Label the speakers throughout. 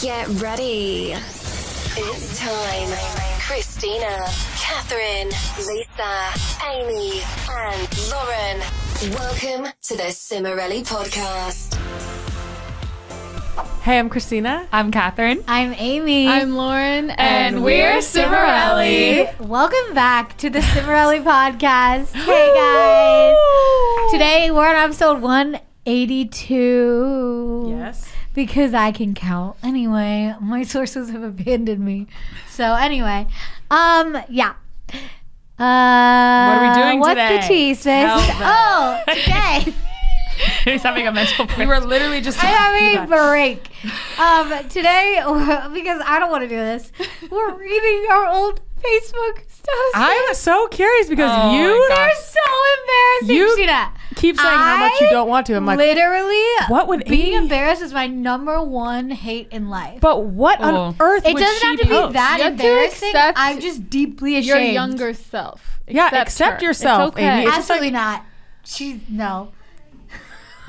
Speaker 1: Get ready. It's time. Christina, Catherine, Lisa, Amy, and Lauren. Welcome to the Cimarelli Podcast.
Speaker 2: Hey, I'm Christina.
Speaker 3: I'm Catherine.
Speaker 4: I'm Amy.
Speaker 5: I'm Lauren, and,
Speaker 3: we're
Speaker 5: Cimarelli.
Speaker 4: Welcome back to the Cimarelli podcast. Hey guys. Today we're on episode 182.
Speaker 2: Yes.
Speaker 4: Because I can count. Anyway, my sources have abandoned me. So anyway, um yeah. Uh, what
Speaker 3: are we doing
Speaker 4: what's
Speaker 3: today?
Speaker 4: the tea, sis?
Speaker 3: Tell them.
Speaker 4: Oh, today.
Speaker 3: He's having a mental break.
Speaker 2: We were literally just
Speaker 4: I
Speaker 2: talking
Speaker 4: have a
Speaker 2: about
Speaker 4: break. Um, today, because I don't want to do this, we're reading our old Facebook stuff.
Speaker 2: I was so curious because
Speaker 3: Oh
Speaker 2: you
Speaker 3: my
Speaker 4: They're so embarrassing,
Speaker 2: You
Speaker 4: Sheena.
Speaker 2: keep saying how much you
Speaker 4: I
Speaker 2: don't want to. I'm like,
Speaker 4: Literally,
Speaker 2: what would
Speaker 4: being
Speaker 2: Amy-
Speaker 4: embarrassed is my number one hate in life.
Speaker 2: but what on
Speaker 3: Oh.
Speaker 2: earth?
Speaker 4: it
Speaker 2: would she
Speaker 4: doesn't have to be
Speaker 2: post?
Speaker 4: that
Speaker 5: You have to
Speaker 4: embarrassing.
Speaker 5: accept
Speaker 4: I'm just deeply ashamed.
Speaker 5: your younger self.
Speaker 2: Yeah, accept
Speaker 5: her.
Speaker 2: yourself,
Speaker 5: It's okay.
Speaker 2: Amy. It's just
Speaker 4: Absolutely not. She's no.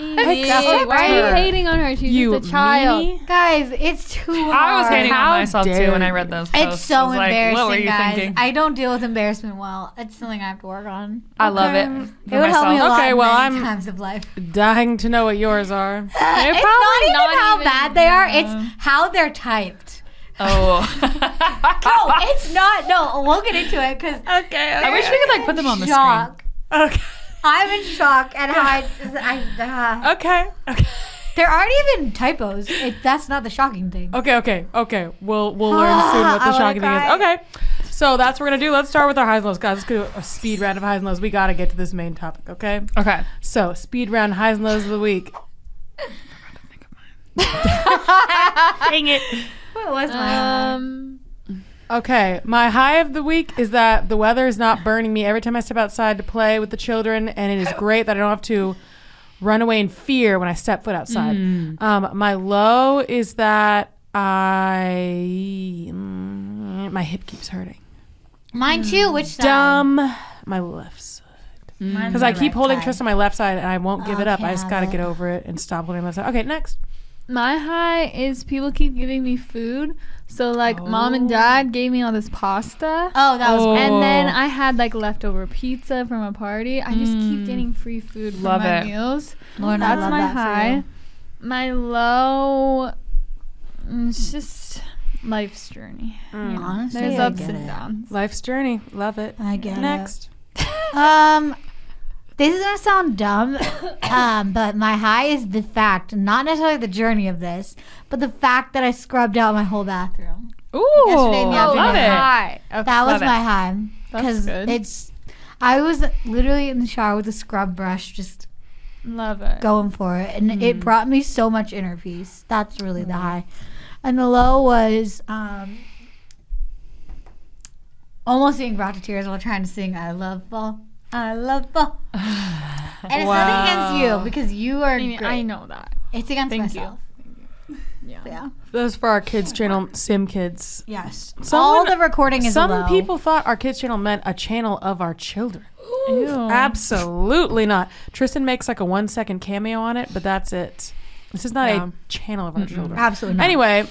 Speaker 5: Amy,
Speaker 2: Accept
Speaker 5: why
Speaker 2: her.
Speaker 5: are you hating on her? She's
Speaker 2: You
Speaker 5: just a child.
Speaker 2: meanie.
Speaker 4: Guys, it's too hard.
Speaker 3: I was hating
Speaker 2: How
Speaker 3: on myself
Speaker 2: dare
Speaker 3: too when I
Speaker 2: you.
Speaker 3: read those.
Speaker 4: It's
Speaker 3: posts.
Speaker 4: so
Speaker 3: I was like,
Speaker 4: embarrassing,
Speaker 3: What were you
Speaker 4: guys.
Speaker 3: thinking? I,
Speaker 4: I don't deal with embarrassment well. It's something I have to work on.
Speaker 3: love it. For
Speaker 4: it would help me a
Speaker 3: myself.
Speaker 4: lot
Speaker 2: Okay,
Speaker 4: in
Speaker 2: well,
Speaker 4: many
Speaker 2: I'm-
Speaker 4: times of life.
Speaker 2: Dying to know what yours are.
Speaker 5: They're
Speaker 4: it's not even how bad they are. It's how they're typed.
Speaker 3: Oh.
Speaker 4: No, it's not. No, we'll get into it because
Speaker 3: I wish we could like put them on the screen.
Speaker 4: shock.
Speaker 2: Okay.
Speaker 4: I'm in shock at how I. I uh,
Speaker 2: Okay. Okay.
Speaker 4: there aren't even typos. It, that's not the shocking thing.
Speaker 2: Okay. Okay. Okay. We'll we'll learn soon what
Speaker 4: I
Speaker 2: the
Speaker 4: wanna
Speaker 2: shocking thing is.
Speaker 4: cry.
Speaker 2: Okay. So that's what we're gonna do. Let's start with our highs and lows, guys. Let's do a speed round of highs and lows. We gotta get to this main topic. Okay.
Speaker 3: Okay.
Speaker 2: So speed round highs and lows of the week. Dang it.
Speaker 4: What was my?
Speaker 5: Um,
Speaker 2: Okay, my high of the week is that the weather is not burning me every time I step outside to play with the children, and it is great that I don't have to run away in fear when I step foot outside.
Speaker 4: Mm.
Speaker 2: Um, my low is that I mm, my hip keeps hurting.
Speaker 4: Mine too. Which side?
Speaker 2: Dumb, my left side.
Speaker 4: Mine's
Speaker 2: Because
Speaker 4: my
Speaker 2: I keep
Speaker 4: right
Speaker 2: holding
Speaker 4: side.
Speaker 2: Tris on my left side, and I won't give
Speaker 4: Oh,
Speaker 2: it up. I
Speaker 4: can't
Speaker 2: just
Speaker 4: have
Speaker 2: got to
Speaker 4: it.
Speaker 2: get over it and stop holding my left side. Okay, next.
Speaker 5: my high is people keep giving me food. So like, mom and dad gave me all this pasta.
Speaker 4: Oh, that was.
Speaker 2: Oh.
Speaker 5: And then I had like leftover pizza from a party. I just keep getting free food from
Speaker 3: Love
Speaker 5: my
Speaker 3: it.
Speaker 5: meals.
Speaker 4: Lauren, I
Speaker 5: That's
Speaker 4: love
Speaker 5: my
Speaker 4: that for
Speaker 5: high.
Speaker 4: you.
Speaker 5: My low. mm, It's just life's journey.
Speaker 2: Oh.
Speaker 4: Honestly,
Speaker 5: There's
Speaker 4: I
Speaker 5: ups
Speaker 4: get
Speaker 5: and
Speaker 4: it.
Speaker 5: downs.
Speaker 2: Life's journey. Love it.
Speaker 4: Mm. I get it.
Speaker 2: next.
Speaker 4: Um, this is gonna sound dumb, um, but my high is the fact, not necessarily the journey of this, but the fact that I scrubbed out my whole bathroom.
Speaker 3: Ooh.
Speaker 4: Yesterday in the
Speaker 3: I love
Speaker 4: afternoon.
Speaker 3: it.
Speaker 5: Hi. Okay.
Speaker 4: That was
Speaker 3: Love it.
Speaker 4: my high
Speaker 5: That's
Speaker 4: because
Speaker 5: good.
Speaker 4: it's. I was literally in the shower with a scrub brush, just
Speaker 5: Love it.
Speaker 4: going for it, and it brought me so much inner peace. That's really the high, and the low was um, almost being brought to tears while trying to sing "I Love Ball." I love ball. And it's nothing against you because you are
Speaker 5: I, mean,
Speaker 4: great.
Speaker 5: I know that.
Speaker 4: It's against
Speaker 5: Thank you.
Speaker 4: myself.
Speaker 5: Yeah.
Speaker 4: Yeah.
Speaker 2: Those for our kids channel, Sim Kids.
Speaker 4: Yes. All
Speaker 2: Someone-
Speaker 4: the recording is
Speaker 2: Some
Speaker 4: low.
Speaker 2: people thought our kids channel meant a channel of our children.
Speaker 5: Ew.
Speaker 2: Absolutely not. Tristan makes like a one second cameo on it, but that's it. This is not
Speaker 3: Yeah.
Speaker 2: a channel of our children.
Speaker 4: Absolutely. Not.
Speaker 2: Anyway,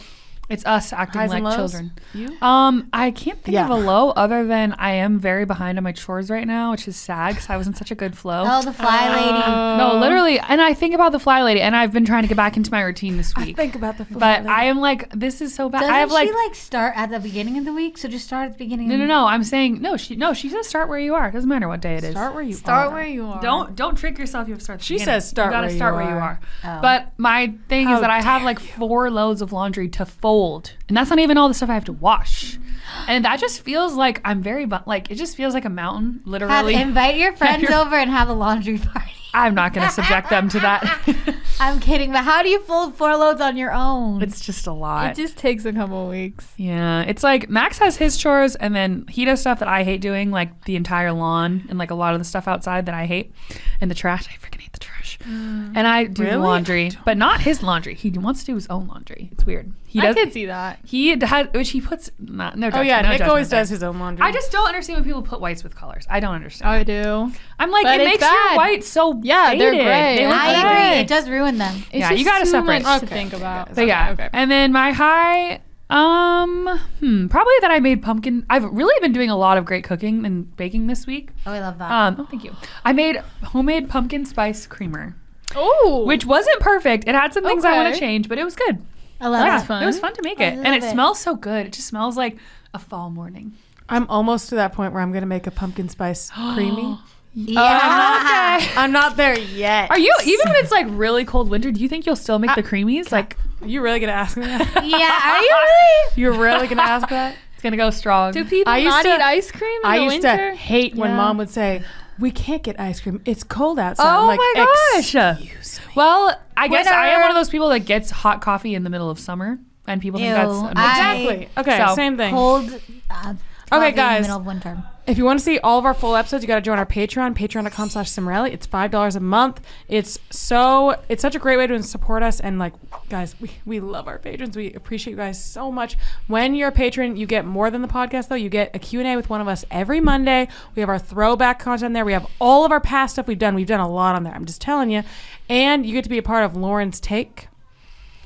Speaker 3: It's us acting
Speaker 2: Highs
Speaker 3: like
Speaker 2: and lows?
Speaker 3: children.
Speaker 2: You?
Speaker 3: Um, I can't think
Speaker 2: Yeah.
Speaker 3: of a low other than I am very behind on my chores right now, which is sad because I was in such a good flow.
Speaker 4: Oh, the fly lady.
Speaker 3: No, literally. And I think about the fly lady, and I've been trying to get back into my routine this week.
Speaker 2: think about the fly
Speaker 3: But
Speaker 2: lady.
Speaker 3: I am like, this is so bad.
Speaker 4: Doesn't
Speaker 3: I have like,
Speaker 4: she like start at the beginning of the week? So just start at the beginning.
Speaker 3: no,
Speaker 4: of
Speaker 3: no,
Speaker 4: the
Speaker 3: no. I'm saying no. She no. She says start where you are. Doesn't matter what day it is.
Speaker 2: start where you
Speaker 5: Start
Speaker 2: are.
Speaker 5: where you are.
Speaker 3: Don't don't trick yourself. You have to start. at the
Speaker 2: She
Speaker 3: beginning.
Speaker 2: says start
Speaker 3: You gotta
Speaker 2: where you
Speaker 3: start where you
Speaker 2: are.
Speaker 3: are. But my thing
Speaker 2: How
Speaker 3: is that I have like four loads of laundry to fold, and that's not even all the stuff I have to wash. And that just feels like I'm very bu- like it just feels like a mountain.
Speaker 4: Have,
Speaker 3: Literally,
Speaker 4: invite your friends
Speaker 3: You're-
Speaker 4: over and have a laundry party.
Speaker 3: I'm not gonna subject them to that.
Speaker 4: I'm kidding, but how do you fold four loads on your own?
Speaker 3: it's just a lot.
Speaker 5: It just takes a couple weeks.
Speaker 3: Yeah, it's like Max has his chores, and then he does stuff that I hate doing, like the entire lawn and like a lot of the stuff outside that I hate, and the trash. I freaking hate the trash. much.
Speaker 5: Mm.
Speaker 3: And I do
Speaker 2: Really?
Speaker 3: laundry, but not his laundry. He wants to do his own laundry. It's weird. He
Speaker 5: I
Speaker 3: does.
Speaker 5: could see that.
Speaker 3: He has, which he puts. Not, no.
Speaker 2: Oh
Speaker 3: Judgment,
Speaker 2: yeah,
Speaker 3: no
Speaker 2: Nick always
Speaker 3: judgment there.
Speaker 2: does his own laundry.
Speaker 3: I just don't understand when people put whites with colors. I don't understand.
Speaker 5: Oh, I do.
Speaker 3: I'm like,
Speaker 5: But
Speaker 3: it
Speaker 5: it's
Speaker 3: makes your
Speaker 5: bad.
Speaker 3: white so
Speaker 5: Yeah, they're
Speaker 3: faded.
Speaker 5: gray.
Speaker 3: They look
Speaker 5: I
Speaker 3: like-
Speaker 4: I agree. It does ruin them.
Speaker 5: It's
Speaker 3: Yeah,
Speaker 5: just
Speaker 3: you gotta
Speaker 5: too
Speaker 3: separate.
Speaker 5: much to
Speaker 2: Okay.
Speaker 5: think about.
Speaker 3: But yeah.
Speaker 5: Okay.
Speaker 3: And then my high, um, hmm, probably that I made pumpkin. I've really been doing a lot of great cooking and baking this week.
Speaker 4: Oh, I love that.
Speaker 3: Um, oh, thank you. I made homemade pumpkin spice creamer,
Speaker 5: Oh,
Speaker 3: which wasn't perfect. It had some things I want to
Speaker 5: Okay.
Speaker 3: change, but it was good.
Speaker 4: I love
Speaker 3: yeah,
Speaker 4: that.
Speaker 5: fun.
Speaker 3: it was fun to make
Speaker 4: I
Speaker 3: it, and
Speaker 4: love
Speaker 3: it,
Speaker 4: it.
Speaker 3: smells so good. It just smells like a fall morning.
Speaker 2: I'm almost to that point where I'm gonna make a pumpkin spice creamy.
Speaker 4: Yeah.
Speaker 2: I'm not there yet.
Speaker 3: Are you even when it's like really cold winter? Do you think you'll still make the creamies? Like
Speaker 2: You really gonna ask me that?
Speaker 4: Yeah. Are you really?
Speaker 2: You're really gonna ask that?
Speaker 3: it's gonna go strong.
Speaker 5: do people
Speaker 2: I used
Speaker 5: not
Speaker 2: to-
Speaker 5: eat ice cream in
Speaker 2: I
Speaker 5: the
Speaker 2: used
Speaker 5: winter?
Speaker 2: to hate when
Speaker 5: Yeah.
Speaker 2: mom would say, "We can't get ice cream. It's cold outside." I'm
Speaker 3: Oh
Speaker 2: like,
Speaker 3: my
Speaker 2: "Ex-
Speaker 3: gosh! Well, I guess I am
Speaker 2: Winner.
Speaker 3: one of those people that gets hot coffee in the middle of summer, and people think that's
Speaker 4: Ew,
Speaker 3: annoying.
Speaker 4: I-
Speaker 2: Exactly. Okay.
Speaker 3: So,
Speaker 2: same thing.
Speaker 4: Cold. Uh,
Speaker 2: Okay,
Speaker 4: probably in the
Speaker 2: guys.
Speaker 4: Middle of winter.
Speaker 2: If you want to see all of our full episodes, you got to join our Patreon, patreon.com slash Cimarelli. It's $5 a month. It's so, it's such a great way to support us. And like, guys, we, we love our patrons. We appreciate you guys so much. When you're a patron, you get more than the podcast though. You get a Q&A with one of us every Monday. We have our throwback content there. We have all of our past stuff we've done. We've done a lot on there. I'm just telling you. And you get to be a part of Lauren's Take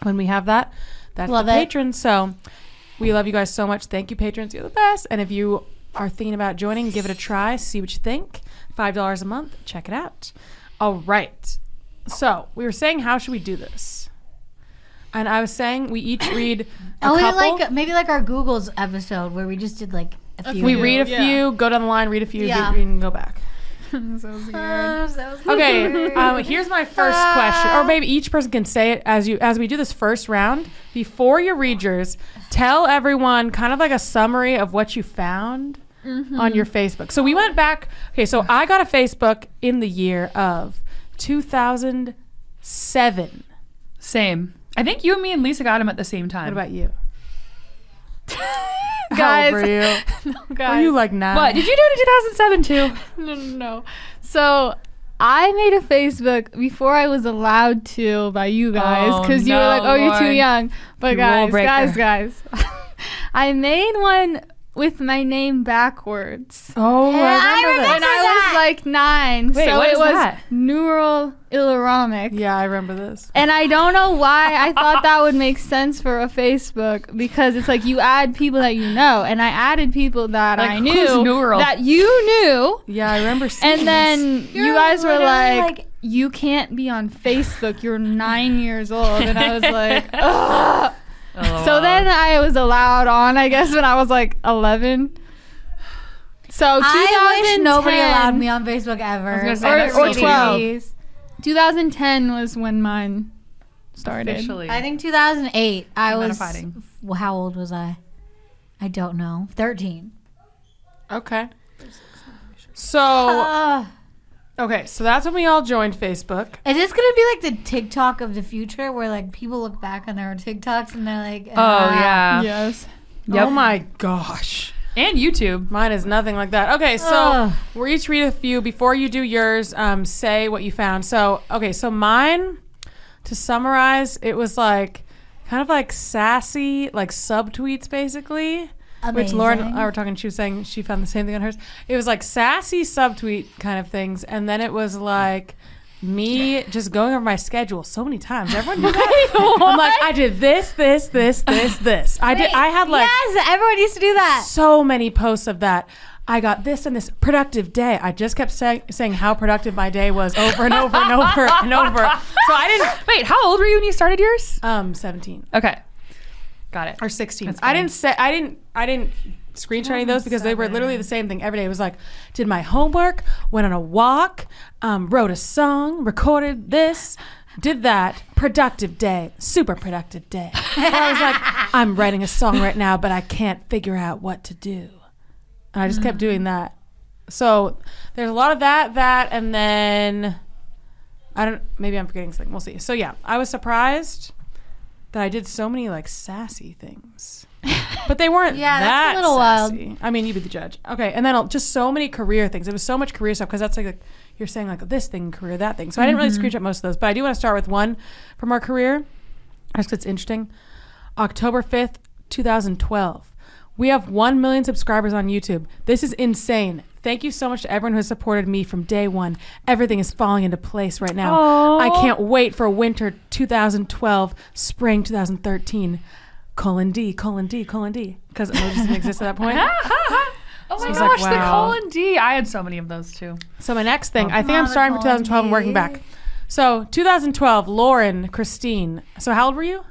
Speaker 2: when we have that. That's
Speaker 4: Love
Speaker 2: the
Speaker 4: it.
Speaker 2: patrons. So we love you guys so much. Thank you, patrons. You're the best. And if you are thinking about joining, give it a try. See what you think. Five dollars a month. Check it out. All right. So we were saying, how should we do this? And I was saying, we each read a
Speaker 4: Oh, we
Speaker 2: couple.
Speaker 4: like maybe like our Google's episode where we just did like a few.
Speaker 2: we read a
Speaker 5: Yeah.
Speaker 2: few, go down the line, read a few,
Speaker 4: Yeah.
Speaker 2: read, read, and go back.
Speaker 4: Oh, so sweet.
Speaker 2: Okay. Um, here's my first question, or maybe each person can say it as you as we do this first round. Before you read yours, tell everyone kind of like a summary of what you found on your Facebook. So we went back. Okay, so I got a Facebook in the year of 2007.
Speaker 3: Same. I think you and me and Lisa got him at the same time.
Speaker 2: What about you?
Speaker 5: Guys.
Speaker 2: How old were you?
Speaker 5: guys.
Speaker 2: Were you like nine?
Speaker 3: What did you do it in 2007 too?
Speaker 5: No, no, no. So I made a Facebook before I was allowed to by you guys
Speaker 3: Oh,
Speaker 5: because you were
Speaker 3: no,
Speaker 5: like, "Oh, you're too
Speaker 3: Lauren.
Speaker 5: young." But
Speaker 3: You
Speaker 5: guys,
Speaker 3: rule
Speaker 5: guys, guys, I made one with my name backwards.
Speaker 2: Oh,
Speaker 4: Yeah, I
Speaker 2: I remember
Speaker 4: remember
Speaker 2: this.
Speaker 5: And I was like nine,
Speaker 3: Wait,
Speaker 5: so
Speaker 3: what
Speaker 5: it
Speaker 3: is
Speaker 5: was
Speaker 3: that?
Speaker 5: neural iloramic.
Speaker 2: Yeah, I remember this.
Speaker 5: And I don't know why I thought that would make sense for a Facebook because it's like you add people that you know, and I added people that
Speaker 3: Like,
Speaker 5: I
Speaker 3: who's
Speaker 5: knew
Speaker 3: neural?
Speaker 5: that you knew.
Speaker 2: Yeah, I remember. Seeing
Speaker 5: And then you guys were
Speaker 4: literally,
Speaker 5: like,
Speaker 4: like-
Speaker 5: "You can't be on Facebook. You're nine years old." And I was like, "Ugh."
Speaker 3: Oh,
Speaker 5: "So then I was allowed on, I guess, when I was like 11." So
Speaker 4: I wish
Speaker 5: 2010
Speaker 4: nobody allowed me on Facebook ever.
Speaker 3: was gonna
Speaker 5: say, Or- or
Speaker 4: CDs.
Speaker 5: 12. 2010 was when mine started.
Speaker 3: officially.
Speaker 4: I think 2008. I
Speaker 3: out of
Speaker 4: was.
Speaker 3: hiding.
Speaker 4: Well, How old was I? I don't know. 13.
Speaker 2: okay. So
Speaker 4: Ugh.
Speaker 2: okay, so that's when we all joined Facebook.
Speaker 4: is this gonna be like the TikTok of the future, where like people look back on their TikToks and they're like, "Ah."
Speaker 3: Oh yeah.
Speaker 5: Yes.
Speaker 3: Yep.
Speaker 2: Oh my gosh.
Speaker 3: And YouTube.
Speaker 2: Mine is nothing like that. Okay, so
Speaker 4: Ugh.
Speaker 2: we're each read a few. Before you do yours, um, say what you found. So, okay, so mine, to summarize, it was like kind of like sassy, like subtweets basically. Which Lauren and I were talking, she was saying she found the same thing on hers. It was like sassy subtweet kind of things. And then it was like me just going over my schedule so many times. Everyone knew that. I'm like, I did this, this, this, this, this. I did, I had like
Speaker 4: yes, everyone used to do that.
Speaker 2: so many posts of that. I got this and this productive day. I just kept saying saying how productive my day was over and over and over and over. So I didn't
Speaker 3: Wait, how old were you when you started yours?
Speaker 2: um 17
Speaker 3: Okay, got it.
Speaker 2: or 16.
Speaker 3: That's
Speaker 2: I
Speaker 3: funny.
Speaker 2: didn't say I didn't I didn't screenshot any of those because they were literally the same thing every day. It was like did my homework, went on a walk, um, wrote a song, recorded this, did that. Productive day, super productive day. I was like I'm writing a song right now, but I can't figure out what to do. And I just kept doing that. So there's a lot of that, that, and then I don't. Maybe I'm forgetting something. We'll see. So yeah, I was surprised. that I did so many like sassy things. But they weren't
Speaker 4: Yeah,
Speaker 2: that
Speaker 4: that's a little wild.
Speaker 2: sassy. I mean, you be the judge. Okay, and then I'll- just so many career things. It was so much career stuff because that's like, like, you're saying like this thing, career, that thing. So I didn't
Speaker 4: Mm-hmm.
Speaker 2: really screenshot most of those, but I do want to start with one from our career. Just 'cause it's interesting. October 5th, 2012. We have 1 million subscribers on YouTube. This is insane. Thank you so much to everyone who has supported me from day one. Everything is falling into place right now. I can't wait for winter 2012, spring 2013. Colon D, colon D, colon D. Because emojis didn't exist at that point.
Speaker 3: Oh my
Speaker 2: it's like,
Speaker 3: gosh, the
Speaker 2: wow.
Speaker 3: colon D. I had so many of those too.
Speaker 2: So my next thing, I think I'm
Speaker 4: on,
Speaker 2: starting for
Speaker 4: colon
Speaker 2: 2012 and working
Speaker 4: D.
Speaker 2: back. So 2012, Lauren, Christine. So how old were you?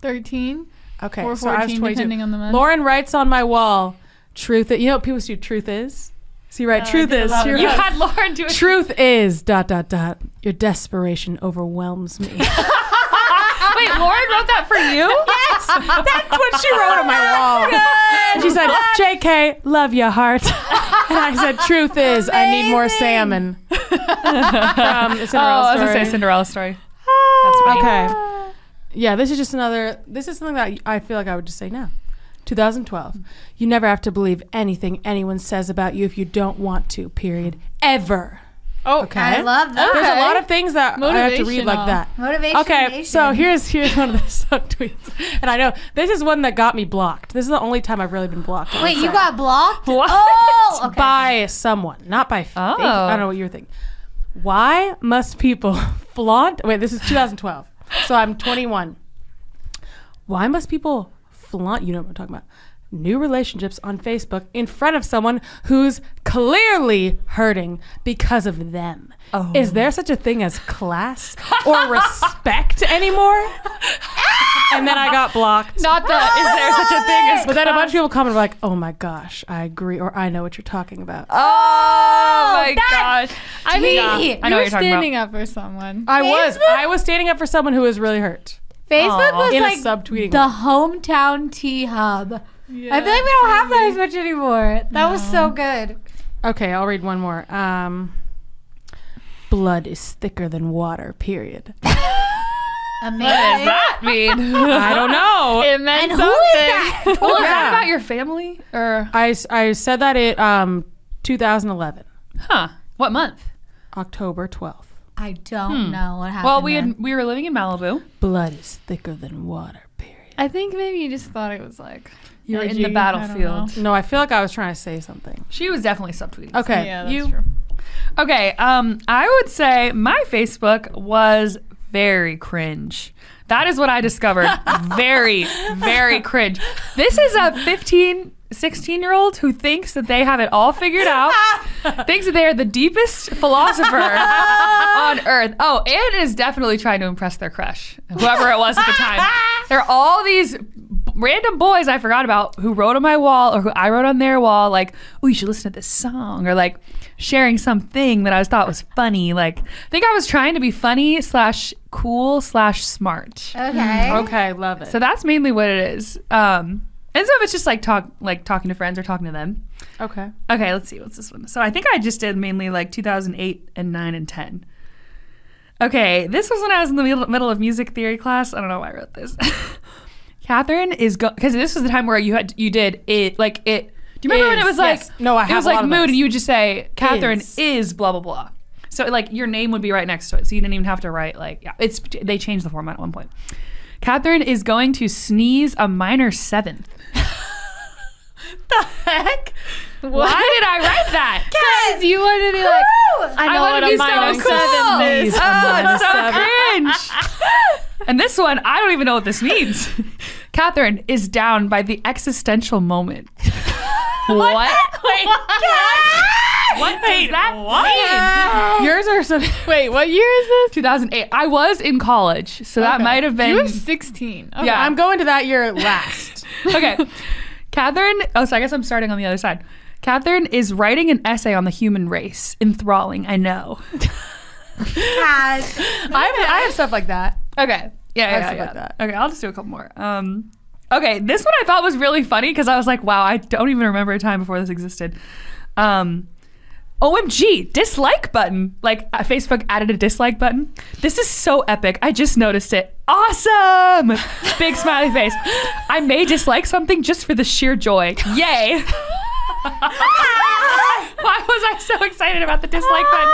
Speaker 5: 13.
Speaker 2: Okay,
Speaker 5: Or
Speaker 2: so I was
Speaker 5: 14,
Speaker 2: 22.
Speaker 5: depending on the month.
Speaker 2: Lauren writes on my wall, "Truth." i- You know what people do? Truth is. So you write,
Speaker 3: Uh,
Speaker 2: "Truth is." so you
Speaker 3: You
Speaker 2: write,
Speaker 3: had Lauren do it.
Speaker 2: Truth is. Dot dot dot. Your desperation overwhelms me.
Speaker 3: Wait, Lauren wrote that for you?
Speaker 2: yes, that's what she wrote on my wall. She said, "Jk, love your heart," and I said, "Truth is, I need more salmon." From Cinderella
Speaker 3: Oh, I was gonna
Speaker 2: Story.
Speaker 3: say Cinderella story. That's me.
Speaker 2: Okay. Yeah, this is just another. This is something that I feel like I would just say now. 2012. You never have to believe anything anyone says about you if you don't want to. Period. Ever.
Speaker 5: Oh,
Speaker 2: Okay.
Speaker 4: I love that.
Speaker 2: There's a lot of things that I have to read like
Speaker 5: Motivational.
Speaker 2: that.
Speaker 4: Motivation.
Speaker 2: Okay, so
Speaker 4: nation.
Speaker 2: here's here's one of the suck tweets, and I know this is one that got me blocked. This is the only time I've really been blocked. on
Speaker 4: Wait, you
Speaker 2: Instagram.
Speaker 4: got blocked?
Speaker 3: What?
Speaker 4: Oh, okay.
Speaker 2: by someone, not by. fake-
Speaker 3: Oh.
Speaker 2: I don't know what you were thinking. Why must people flaunt? Wait, this is 2012, so I'm 21. Why must people flaunt? You know what I'm talking about. New relationships on Facebook in front of someone who's clearly hurting because of them.
Speaker 4: Oh.
Speaker 2: Is there such a thing as class or respect anymore? and then I got blocked.
Speaker 3: Not the is there such a thing as
Speaker 2: But then a bunch of people commented like, "Oh my gosh, I agree," or "I know what you're talking about."
Speaker 3: Uh, Oh my
Speaker 4: that's
Speaker 3: gosh. I mean,
Speaker 4: tea.
Speaker 3: I know
Speaker 5: You're
Speaker 3: what you're talking
Speaker 5: standing
Speaker 3: about.
Speaker 5: up for someone.
Speaker 2: I was
Speaker 4: Facebook?
Speaker 2: I was standing up for someone who was really hurt
Speaker 4: Facebook
Speaker 3: Aw.
Speaker 4: was
Speaker 2: in
Speaker 4: like
Speaker 2: a subtweeting.
Speaker 4: the hometown tea hub. I feel like we don't have that as much anymore. That was so good.
Speaker 2: okay, I'll read one more. Um, blood is thicker than water. Period.
Speaker 3: What does
Speaker 4: Amazing.
Speaker 3: that mean?
Speaker 2: I don't know.
Speaker 5: It meant
Speaker 4: And who is that?
Speaker 3: Well, is
Speaker 2: Yeah.
Speaker 3: that about your family or
Speaker 2: I, s- I said that it um 2011
Speaker 3: huh? What month?
Speaker 2: October 12th.
Speaker 4: I don't know what happened.
Speaker 3: Hmm. Well, we
Speaker 4: there.
Speaker 3: had we were living in Malibu.
Speaker 2: Blood is thicker than water. Period.
Speaker 5: I think maybe you just thought it was like.
Speaker 3: You were in
Speaker 5: edgy,
Speaker 3: the
Speaker 5: I don't
Speaker 3: battlefield.
Speaker 2: No, I feel like I was trying to say something.
Speaker 3: She was definitely subtweeting.
Speaker 5: know.
Speaker 2: Okay,
Speaker 5: Yeah, that's
Speaker 2: you.
Speaker 5: true.
Speaker 3: Okay, um, I would say my Facebook was very cringe. That is what I discovered. very, very cringe. This is a 15, 16 year old who thinks that they have it all figured out, thinks that they are the deepest philosopher on earth. Oh, and is definitely trying to impress their crush, whoever it was at the time. There are all these random boys I forgot about who wrote on my wall or who I wrote on their wall, like, oh, you should listen to this song, or like sharing something that I was thought was funny. Like, I think I was trying to be funny slash cool slash smart.
Speaker 4: Okay.
Speaker 3: Hmm.
Speaker 2: Okay, love it.
Speaker 3: So that's mainly what it is. Um, and some of it's just like talk, like talking to friends or talking to them.
Speaker 2: okay.
Speaker 3: Okay, let's see what's this one. So I think I just did mainly like 2008 and 9 and 10. Okay, this was when I was in the middle, middle of music theory class. I don't know why I wrote this. Catherine is go because this was the time where you had you did it like it. Do you remember when
Speaker 2: Is,
Speaker 3: it was like
Speaker 2: yes. No, I
Speaker 3: it
Speaker 2: have
Speaker 3: was
Speaker 2: a
Speaker 3: like
Speaker 2: lot of
Speaker 3: mood
Speaker 2: those.
Speaker 3: and you would just say Catherine
Speaker 2: Is.
Speaker 3: is. blah blah blah. So like your name would be right next to it, so you didn't even have to write like yeah. It's they changed the format at one point. Catherine is going to sneeze a minor seventh.
Speaker 2: Heck.
Speaker 3: Why did I write that?
Speaker 5: Because you wanted to be like, I know
Speaker 3: wanna
Speaker 5: what a minor seven is.
Speaker 2: Please,
Speaker 3: Oh,
Speaker 2: Amanda
Speaker 3: it's so
Speaker 2: Seven.
Speaker 3: cringe. and this one, I don't even know what this means. Catherine is down by the existential moment. what? Wait, what does that mean?
Speaker 2: Yours are some.
Speaker 5: Wait, what year is this?
Speaker 3: 2008. I was in college, so that
Speaker 5: Okay.
Speaker 3: might have been.
Speaker 5: You were 16. Okay.
Speaker 3: Yeah.
Speaker 2: I'm going to that year last.
Speaker 3: okay. Catherine. Oh, so I guess I'm starting on the other side. Catherine is writing an essay on the human race. Enthralling, I know.
Speaker 4: Cash.
Speaker 2: I have, I have stuff like that.
Speaker 3: Okay. Yeah, yeah,
Speaker 2: stuff
Speaker 3: yeah.
Speaker 2: like that.
Speaker 3: Okay, I'll just do a couple more. Um, okay, this one I thought was really funny because I was like, wow, I don't even remember a time before this existed. Um, OMG, dislike button. Like uh, Facebook added a dislike button. This is so epic. I just noticed it. Awesome! Big smiley face. I may dislike something just for the sheer joy. Yay! Why was I so excited about the dislike button?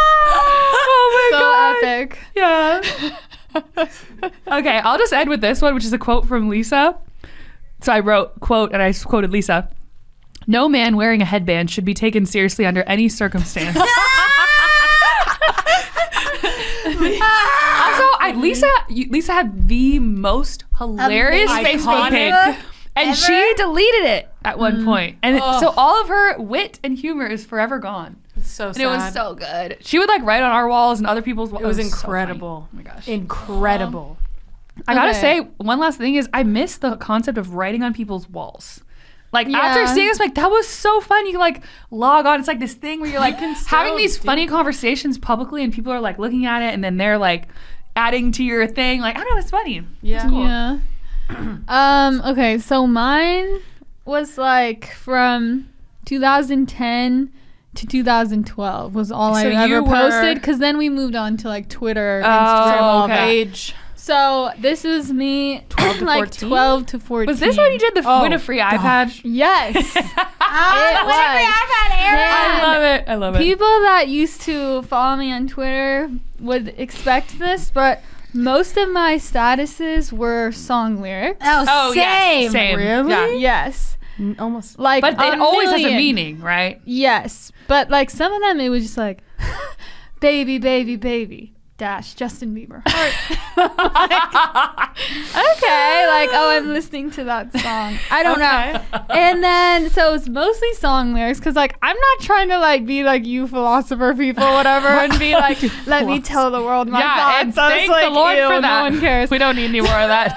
Speaker 3: Oh my
Speaker 5: So
Speaker 3: god.
Speaker 5: epic.
Speaker 3: Yeah. okay, I'll just end with this one, which is a quote from Lisa. So I wrote quote and I quoted Lisa. No man wearing a headband should be taken seriously under any circumstance. also, I, Lisa you- Lisa had the most hilarious
Speaker 4: Amazing.
Speaker 3: Facebook
Speaker 2: Iconic.
Speaker 3: pic. And she deleted it at
Speaker 2: Mm.
Speaker 3: one point. And it- so all of her wit and humor is forever gone.
Speaker 2: so sad.
Speaker 3: And it was so Oh, good. She would like write on our walls and other people's walls.
Speaker 2: It was
Speaker 3: so funny.
Speaker 2: incredible.
Speaker 3: oh my gosh.
Speaker 2: Incredible.
Speaker 3: I gotta
Speaker 5: Okay.
Speaker 3: say, one last thing is I miss the concept of writing on people's walls. Like
Speaker 5: Yeah.
Speaker 3: after seeing this, like that was so fun. You like log on. It's like this thing where you're like having
Speaker 2: still
Speaker 3: these
Speaker 2: do
Speaker 3: funny conversations publicly, and people are like looking at it, and then they're like adding to your thing. Like I don't know, it's funny.
Speaker 2: Yeah.
Speaker 3: cool.
Speaker 5: Yeah. um. Okay. So mine was like from 2010 to 2012 was all I
Speaker 3: So
Speaker 5: ever
Speaker 3: you were-
Speaker 5: posted because then we moved on to like Twitter,
Speaker 3: Oh,
Speaker 5: Instagram, all
Speaker 3: okay.
Speaker 5: that.
Speaker 2: Age.
Speaker 5: So this is me, 12
Speaker 2: to
Speaker 5: like
Speaker 2: 14?
Speaker 5: 12 to 14.
Speaker 3: Was this when you did the
Speaker 2: Oh,
Speaker 3: win a free iPad?
Speaker 5: Yes. it
Speaker 4: Ah,
Speaker 5: was.
Speaker 3: I love it. I love it.
Speaker 5: People that used to follow me on Twitter would expect this, but most of my statuses were song lyrics.
Speaker 4: Oh,
Speaker 3: oh
Speaker 4: same.
Speaker 3: yeah, same.
Speaker 2: Really?
Speaker 3: Yeah.
Speaker 5: Yes.
Speaker 2: N- Almost.
Speaker 5: Like
Speaker 3: But
Speaker 5: a
Speaker 3: it always has a
Speaker 5: million.
Speaker 3: meaning, right?
Speaker 5: Yes. But like some of them it was just like baby baby baby dash Justin Bieber. Heart. Like, okay, like oh I'm listening to that song. I don't know. And then so it's mostly song lyrics cuz like I'm not trying to like be like you philosopher people whatever and be like let me tell the world my
Speaker 3: yeah, and
Speaker 5: thoughts. I was
Speaker 3: thank
Speaker 5: like,
Speaker 3: the Lord
Speaker 5: ew,
Speaker 3: for that.
Speaker 5: No one cares.
Speaker 3: We don't need any more of that.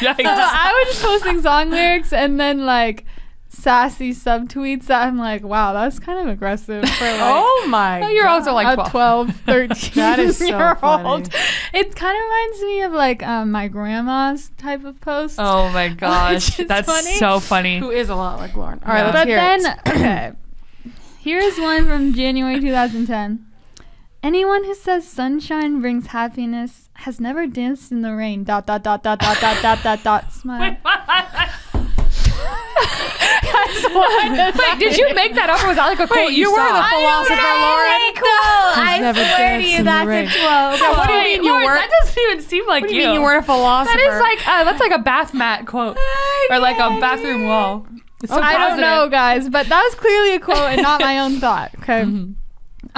Speaker 5: So I was just posting song lyrics and then like sassy subtweets that I'm like, wow, that's kind of aggressive for like
Speaker 2: Oh my.
Speaker 3: No, you're
Speaker 2: God.
Speaker 3: also like 12.
Speaker 5: a 12, 13
Speaker 2: That is so
Speaker 5: year
Speaker 2: funny.
Speaker 5: old. It kind of reminds me of like um, my grandma's type of post.
Speaker 3: Oh my gosh.
Speaker 5: Which is
Speaker 3: That's
Speaker 5: funny.
Speaker 3: so funny.
Speaker 2: Who is a lot like Lauren? All right,
Speaker 3: Yeah.
Speaker 2: let's
Speaker 5: but
Speaker 2: hear
Speaker 5: then,
Speaker 2: it.
Speaker 5: okay, here's one from January 2010. Anyone who says sunshine brings happiness has never danced in the rain. Dot dot dot dot dot dot dot dot dot. Smile.
Speaker 3: Wait, did you make that up or was that like a quote you,
Speaker 2: you were
Speaker 3: saw?
Speaker 2: the philosopher, Lauren.
Speaker 4: Cool. I
Speaker 2: never
Speaker 4: swear to
Speaker 2: danced
Speaker 4: you,
Speaker 2: in the
Speaker 4: that's
Speaker 2: rain.
Speaker 4: a 12.
Speaker 3: what
Speaker 2: do you mean you weren't-
Speaker 3: That doesn't even seem like
Speaker 2: What do you mean you weren't a
Speaker 3: That
Speaker 2: philosopher?
Speaker 3: is like uh, that's like a bath mat quote or like a bathroom wall. It's so
Speaker 5: Oh, I don't
Speaker 3: positive.
Speaker 5: know, guys, but that was clearly a quote and not my own thought. Okay.
Speaker 3: Mm-hmm.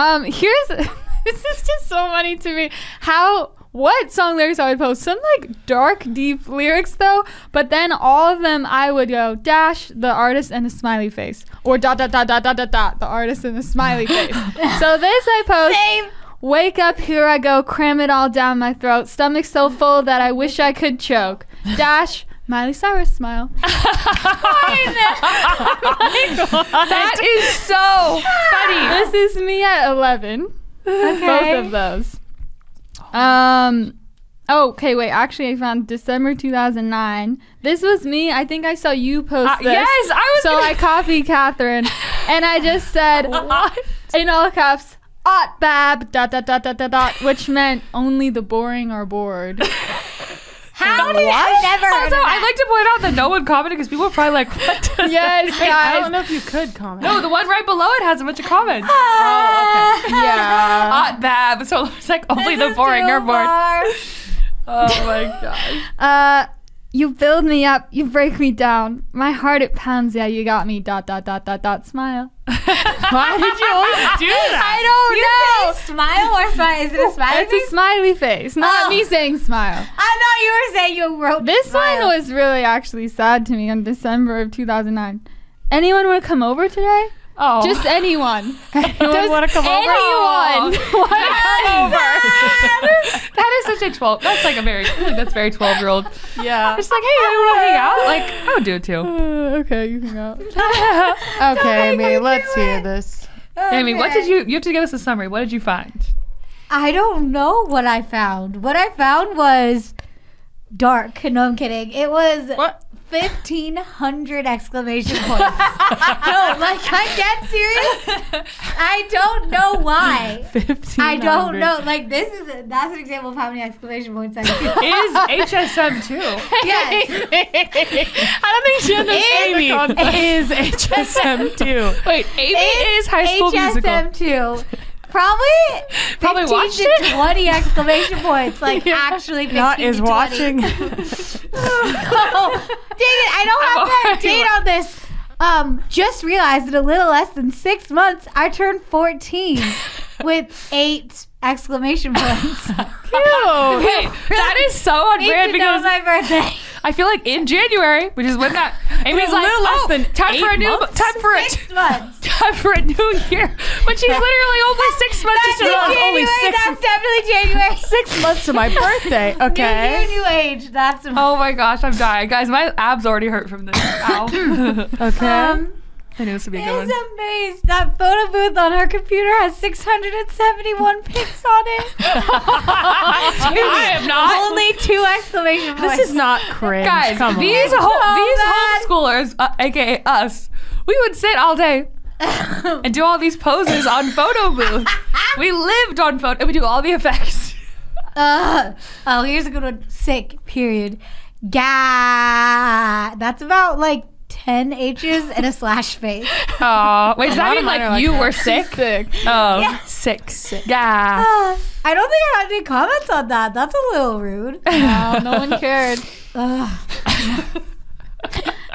Speaker 5: Um, here's this is just so funny to me. How what song lyrics I would post? Some like dark, deep lyrics though, but then all of them I would go dash the artist and a smiley face, or dot dot dot dot dot dot dot the artist and the smiley face. so this I post.
Speaker 4: Same.
Speaker 5: Wake up, here I go, cram it all down my throat. Stomach so full that I wish I could choke. Dash, Miley Cyrus smile.
Speaker 3: That is so funny.
Speaker 5: This is me at 11. Both of those. Um. Oh, okay, wait. Actually, I found December 2009. This was me. I think I saw you post
Speaker 3: Uh,
Speaker 5: this.
Speaker 3: yes, I was
Speaker 5: So
Speaker 3: gonna-
Speaker 5: I copied Catherine, and I just said
Speaker 3: What?
Speaker 5: in all caps, "Ot bab dot dot dot dot dot dot," which meant only the boring are bored.
Speaker 4: How did I never? heard
Speaker 3: Also,
Speaker 4: of
Speaker 3: I'd
Speaker 4: that.
Speaker 3: like to point out that no one commented because people are probably like, "What?" does
Speaker 5: yes,
Speaker 3: that mean?
Speaker 2: I don't
Speaker 5: guys.
Speaker 2: know if you could comment.
Speaker 3: No, the one right below it has a bunch of
Speaker 4: Ah.
Speaker 3: comments. Oh,
Speaker 5: Yeah.
Speaker 3: Hot bab. So it's like only the boring
Speaker 4: Too
Speaker 3: are bored.
Speaker 4: far.
Speaker 3: Oh my gosh.
Speaker 5: Uh, you build me up, you break me down. My heart it pounds, yeah, you got me. Dot dot dot dot dot. Smile.
Speaker 3: Why did you always do that?
Speaker 4: You say smile or smile? Is it a smile?
Speaker 5: It's a smiley face, not
Speaker 4: Oh.
Speaker 5: me saying smile.
Speaker 4: I thought you were saying you wrote
Speaker 5: This
Speaker 4: smile.
Speaker 5: one was really actually sad to me in December of 2009. Anyone want to come over today?
Speaker 3: Oh.
Speaker 5: Just anyone.
Speaker 2: Anyone want to come over? Oh.
Speaker 5: Anyone.
Speaker 3: over. that is such a 12. Oh. That's like a very, I feel like that's very 12 year old.
Speaker 2: Yeah.
Speaker 3: It's like, hey, you want to hang out? Like, I would do it too.
Speaker 5: Uh, okay, you can go.
Speaker 2: Okay, Amy, let's hear this.
Speaker 3: Amy, what did you, you have to give us a summary. What did you find?
Speaker 4: I don't know what I found. What I found was dark. No, I'm kidding. It was
Speaker 2: What?
Speaker 4: Fifteen hundred exclamation points. no, like I get serious. I don't know why. I don't know. Like this is a, that's an example of how many exclamation points I get.
Speaker 3: Is HSM too?
Speaker 4: yes.
Speaker 3: I don't think she understands the concept.
Speaker 2: is HSM too.
Speaker 3: Wait, Amy is High School Musical.
Speaker 4: HSM two. Probably
Speaker 3: Probably
Speaker 4: 15
Speaker 3: watched
Speaker 4: to
Speaker 3: it?
Speaker 4: twenty exclamation points. Like actually 15
Speaker 2: Not
Speaker 4: to
Speaker 2: is
Speaker 4: 20.
Speaker 2: watching.
Speaker 4: oh, dang it! I don't have that
Speaker 3: already
Speaker 4: date on this. Um, just realized in a little less than six months, I turned fourteen with eight exclamation points.
Speaker 3: Oh, hey, that is so
Speaker 4: Eight
Speaker 3: unfair because
Speaker 4: because my birthday.
Speaker 3: I feel like in January, which is when that Amy's
Speaker 2: a
Speaker 3: like,
Speaker 2: little less
Speaker 3: oh,
Speaker 2: than
Speaker 3: time for a
Speaker 2: eight
Speaker 3: new
Speaker 2: months?
Speaker 3: time for a
Speaker 4: Six months.
Speaker 3: time for a new year, but she's literally only six months.
Speaker 4: That's in
Speaker 3: into
Speaker 2: realized
Speaker 3: it.
Speaker 2: only
Speaker 4: January.
Speaker 2: six-
Speaker 4: That's definitely January.
Speaker 2: Six months to my birthday.
Speaker 4: New
Speaker 2: Okay.
Speaker 4: year, new age. That's
Speaker 3: Oh my gosh, I'm dying, guys. My abs already hurt from this. Ow.
Speaker 2: Okay.
Speaker 4: um.
Speaker 3: I knew this would be a good
Speaker 4: Is
Speaker 3: one.
Speaker 4: amazed that photo booth on her computer has 671 pics on it.
Speaker 3: I am not.
Speaker 4: Only two exclamation points.
Speaker 2: this is not cringe.
Speaker 3: Guys,
Speaker 2: Come
Speaker 3: these
Speaker 2: on.
Speaker 3: ho-
Speaker 4: bad.
Speaker 3: these homeschoolers, uh, aka us, we would sit all day and do all these poses on photo booth. we lived on photo. We do all the effects.
Speaker 4: Uh, oh, here's a good one. Sick, period. Ga. That's about like 10 H's and a slash face.
Speaker 3: Oh, wait, does that mean like,
Speaker 2: mine are like
Speaker 3: you were sick? sick. Oh, sick, sick. Yeah.
Speaker 4: Uh, I don't think I had any comments on that. That's a little rude.
Speaker 5: Wow, no one cared.
Speaker 4: Ugh.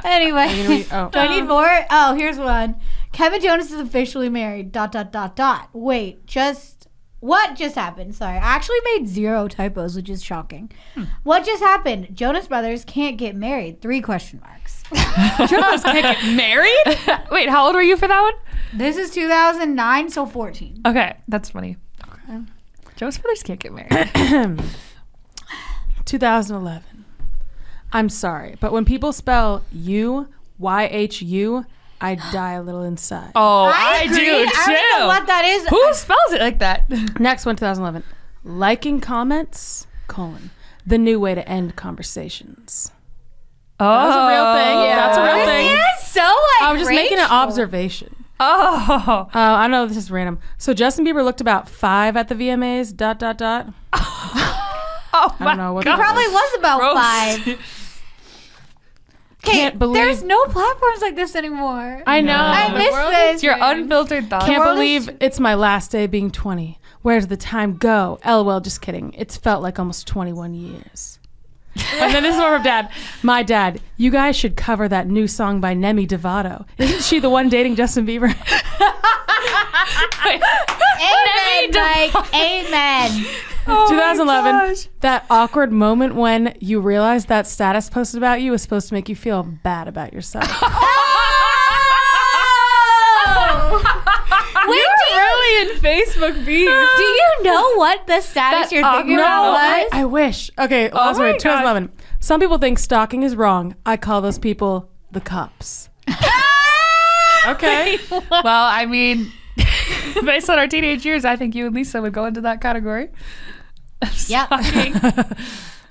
Speaker 4: anyway,
Speaker 2: Oh.
Speaker 4: do I need more? Oh, here's one. Kevin Jonas is officially married. Dot, dot, dot, dot. Wait, just. What just happened? Sorry, I actually made zero typos, which is shocking.
Speaker 2: Hmm.
Speaker 4: What just happened? Jonas Brothers can't get married. Three question marks.
Speaker 3: Jonas can't get married? Wait, how old were you for that one?
Speaker 4: This is 2009, so 14.
Speaker 3: Okay, that's funny. Jonas Brothers can't get married.
Speaker 2: 2011. I'm sorry, but when people spell you, Y H U, I die a little inside.
Speaker 3: Oh, I, do
Speaker 4: agree. I
Speaker 3: too.
Speaker 4: don't know what that is.
Speaker 3: Who spells it like that?
Speaker 2: Next one, 2011. Liking comments, colon. The new way to end conversations.
Speaker 3: Oh,
Speaker 2: That's a real thing. That's a real thing.
Speaker 4: Christina's so like.
Speaker 2: I was just making an
Speaker 4: rageful.
Speaker 2: observation.
Speaker 3: Oh,
Speaker 2: Uh, I know this is random. So Justin Bieber looked about five at the VMAs. Dot dot dot.
Speaker 3: oh
Speaker 2: I
Speaker 3: my
Speaker 2: don't know what.
Speaker 3: God.
Speaker 2: that
Speaker 4: Probably
Speaker 2: was.
Speaker 4: was about
Speaker 3: Gross.
Speaker 4: five. Okay,
Speaker 2: Can't believe-
Speaker 4: there's no platforms like this anymore.
Speaker 2: I know.
Speaker 4: I
Speaker 2: I
Speaker 4: miss this.
Speaker 3: It's your unfiltered thoughts.
Speaker 2: can't
Speaker 4: world
Speaker 2: believe
Speaker 4: is-
Speaker 2: it's my last day being 20. Where's the time go? LOL. Just kidding. It's felt like almost 21 years. and then this is one from Dad. My dad, you guys should cover that new song by Nemi Devato. Isn't she the one dating Justin Bieber?
Speaker 4: amen, Mike. Amen.
Speaker 3: Oh.
Speaker 2: 2011. That awkward moment when you realize that status posted about you was supposed to make you feel bad about yourself.
Speaker 4: Wait, do you,
Speaker 3: really in Facebook beef.
Speaker 4: do you know what the status
Speaker 3: That
Speaker 4: you're thinking
Speaker 3: awkward
Speaker 4: about
Speaker 2: uh, I,
Speaker 4: was?
Speaker 2: Oh I wish. Okay, last
Speaker 3: Oh my
Speaker 2: one.
Speaker 3: God.
Speaker 2: 2011. Some people think stalking is wrong. I call those people the cops. Okay.
Speaker 3: well, I mean, based on our teenage years, I think you and Lisa would go into that category.
Speaker 4: Yep.
Speaker 3: Stalking.
Speaker 4: Something-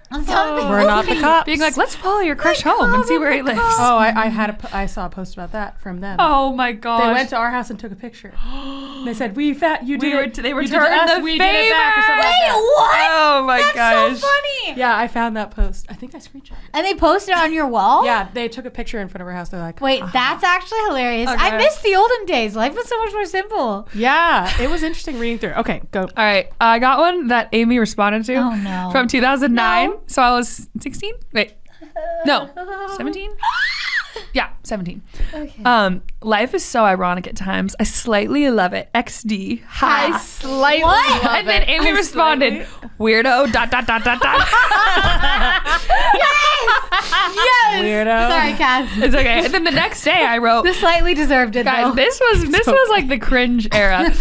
Speaker 2: We're not the cops.
Speaker 3: Being like, let's follow your crush home and see where he lives.
Speaker 2: oh, I, I had a po- I saw a post about that from them.
Speaker 3: Oh my gosh.
Speaker 2: They went to our house and took a picture. they said, "We fat you
Speaker 3: We
Speaker 2: did
Speaker 3: were-
Speaker 2: it.
Speaker 3: they
Speaker 2: you did it
Speaker 3: returned
Speaker 2: us,
Speaker 3: the
Speaker 2: we did it back," or something like
Speaker 4: Wait,
Speaker 2: that.
Speaker 4: what?
Speaker 3: Oh my
Speaker 4: That's
Speaker 3: gosh.
Speaker 4: so funny.
Speaker 2: Yeah, I found that post. I think I screenshot. it.
Speaker 4: And they posted it on your wall?
Speaker 2: Yeah, Uh-huh. they took a picture in front of our house. They're like,
Speaker 4: Wait, that's actually hilarious.
Speaker 3: Okay.
Speaker 4: I miss the olden days. Life was so much more simple.
Speaker 2: "Yeah, it was interesting reading through." Okay, go.
Speaker 3: All right, I got one that Amy responded to
Speaker 4: Oh, no.
Speaker 3: from 2009. So I was 16. Wait, no, 17. Yeah, 17.
Speaker 4: Okay.
Speaker 3: Um, life is so ironic at times. I slightly love it. XD. Hi,
Speaker 4: Ha.
Speaker 3: slightly.
Speaker 4: What?
Speaker 3: And then Amy responded, "Weirdo." Dot dot dot dot dot.
Speaker 4: yes.
Speaker 2: Weirdo.
Speaker 4: Sorry, Cass.
Speaker 3: it's okay. And then the next day, I wrote,
Speaker 4: This slightly deserved it,
Speaker 3: Guys,
Speaker 4: though.
Speaker 3: this was this was like the cringe era.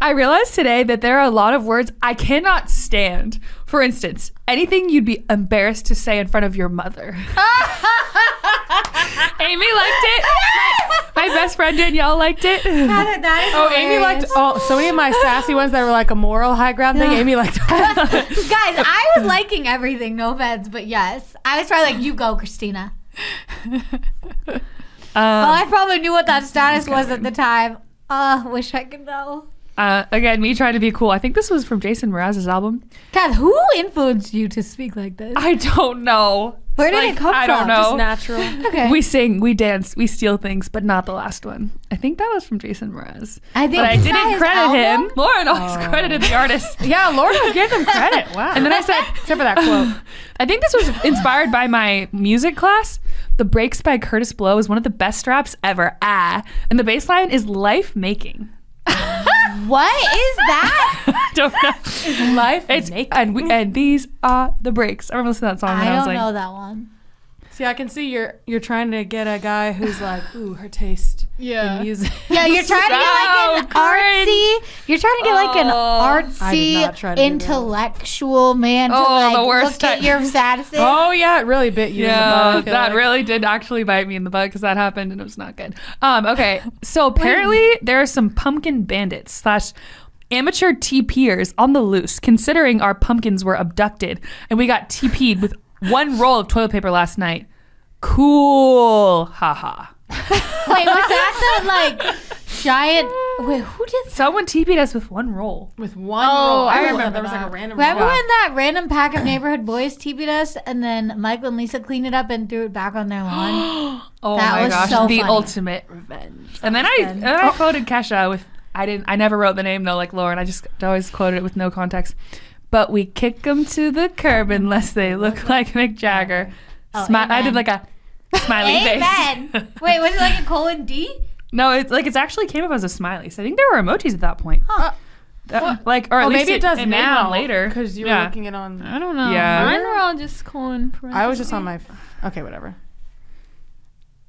Speaker 3: I realized today that there are a lot of words I cannot stand. For instance, anything you'd be embarrassed to say in front of your mother. Amy liked it. My, my best friend Danielle liked it.
Speaker 4: that, that is
Speaker 2: Oh, Amy liked
Speaker 4: hilarious.
Speaker 2: oh so many of my sassy ones that were like a moral high ground thing. Amy liked.
Speaker 4: Guys, I was liking everything. No offense, but yes, I was probably like, "You go, Christina." Well,
Speaker 3: Um,
Speaker 4: I probably knew what that status was at the time. Uh, wish I could know.
Speaker 3: uh, again, me trying to be cool. I think this was from Jason Mraz's album.
Speaker 4: Kath, who influenced you to speak like this?
Speaker 3: I don't know.
Speaker 4: Where
Speaker 3: It's
Speaker 4: did it come
Speaker 3: I don't
Speaker 4: from?
Speaker 3: know.
Speaker 4: Just
Speaker 2: Natural.
Speaker 4: Okay.
Speaker 3: We sing, we dance, we steal things, but not the last one. I think that was from Jason Mraz.
Speaker 4: I think
Speaker 3: But I
Speaker 4: it's not
Speaker 3: didn't
Speaker 4: his
Speaker 3: credit
Speaker 4: album?
Speaker 3: him. Lauren always credited the artist.
Speaker 2: Yeah, Lord gave them credit. Wow.
Speaker 3: And then I said,
Speaker 2: except for that quote.
Speaker 3: I think this was inspired by my music class. The Breaks by Curtis Blow is one of the best raps ever. Ah. And the bass line is life making.
Speaker 4: Ah. What is that?
Speaker 3: don't know.
Speaker 2: Life
Speaker 3: It's, and, we, and these are the breaks. I remember listening to that song
Speaker 4: I
Speaker 3: and I was
Speaker 4: don't
Speaker 3: like,
Speaker 4: know that one.
Speaker 2: See, I can see you're you're trying to get a guy who's like, ooh, her taste
Speaker 5: Yeah.
Speaker 2: in music.
Speaker 4: Yeah, you're trying to get like an
Speaker 3: So cringe.
Speaker 4: artsy. You're trying to get like
Speaker 3: Oh.
Speaker 4: an
Speaker 2: I did not try to do
Speaker 4: artsy,
Speaker 2: that.
Speaker 4: intellectual man to
Speaker 3: Oh,
Speaker 4: like
Speaker 3: the worst
Speaker 4: look at
Speaker 3: type.
Speaker 4: your statuses.
Speaker 2: Oh yeah, it really bit you.
Speaker 3: Yeah,
Speaker 2: in the butt, I feel
Speaker 3: that
Speaker 2: like.
Speaker 3: really did actually bite me in the butt because that happened and it was not good. Um, okay, so apparently there are some pumpkin bandits slash amateur TPers on the loose, considering our pumpkins were abducted and we got TP'd with one roll of toilet paper last night. Cool, haha.
Speaker 4: Wait, was that the like giant? Wait, who did?
Speaker 3: Someone TP'd us with one roll.
Speaker 2: with one. Oh, I
Speaker 5: I remember
Speaker 2: remember there was like a random.
Speaker 4: Remember
Speaker 2: roll.
Speaker 4: when that random pack of neighborhood boys TP'd us, and then Michael and Lisa cleaned it up and threw it back on their lawn?
Speaker 3: Oh
Speaker 4: That
Speaker 3: my
Speaker 4: was
Speaker 3: gosh,
Speaker 4: so
Speaker 3: the
Speaker 4: funny.
Speaker 3: ultimate revenge. And then I, and then I quoted Kesha with I didn't I never wrote the name though like Lauren I just always quoted it with no context. But we kick them to the curb unless they look like Mick Jagger.
Speaker 4: Oh,
Speaker 3: Smi- I
Speaker 4: amen.
Speaker 3: did like a smiley
Speaker 4: Amen.
Speaker 3: face.
Speaker 4: Wait, was it like a colon D?
Speaker 3: no, it's like it's actually came up as a smiley. So I think there were emojis at that point.
Speaker 4: Huh.
Speaker 3: That- like or at
Speaker 2: Oh,
Speaker 3: least
Speaker 2: maybe it does
Speaker 3: made one
Speaker 2: now
Speaker 3: later
Speaker 2: because you were
Speaker 3: Yeah.
Speaker 2: looking it on.
Speaker 5: I don't know.
Speaker 3: Yeah.
Speaker 5: Mine were all just colon. parentheses.
Speaker 2: I was just on my. f- Okay, whatever.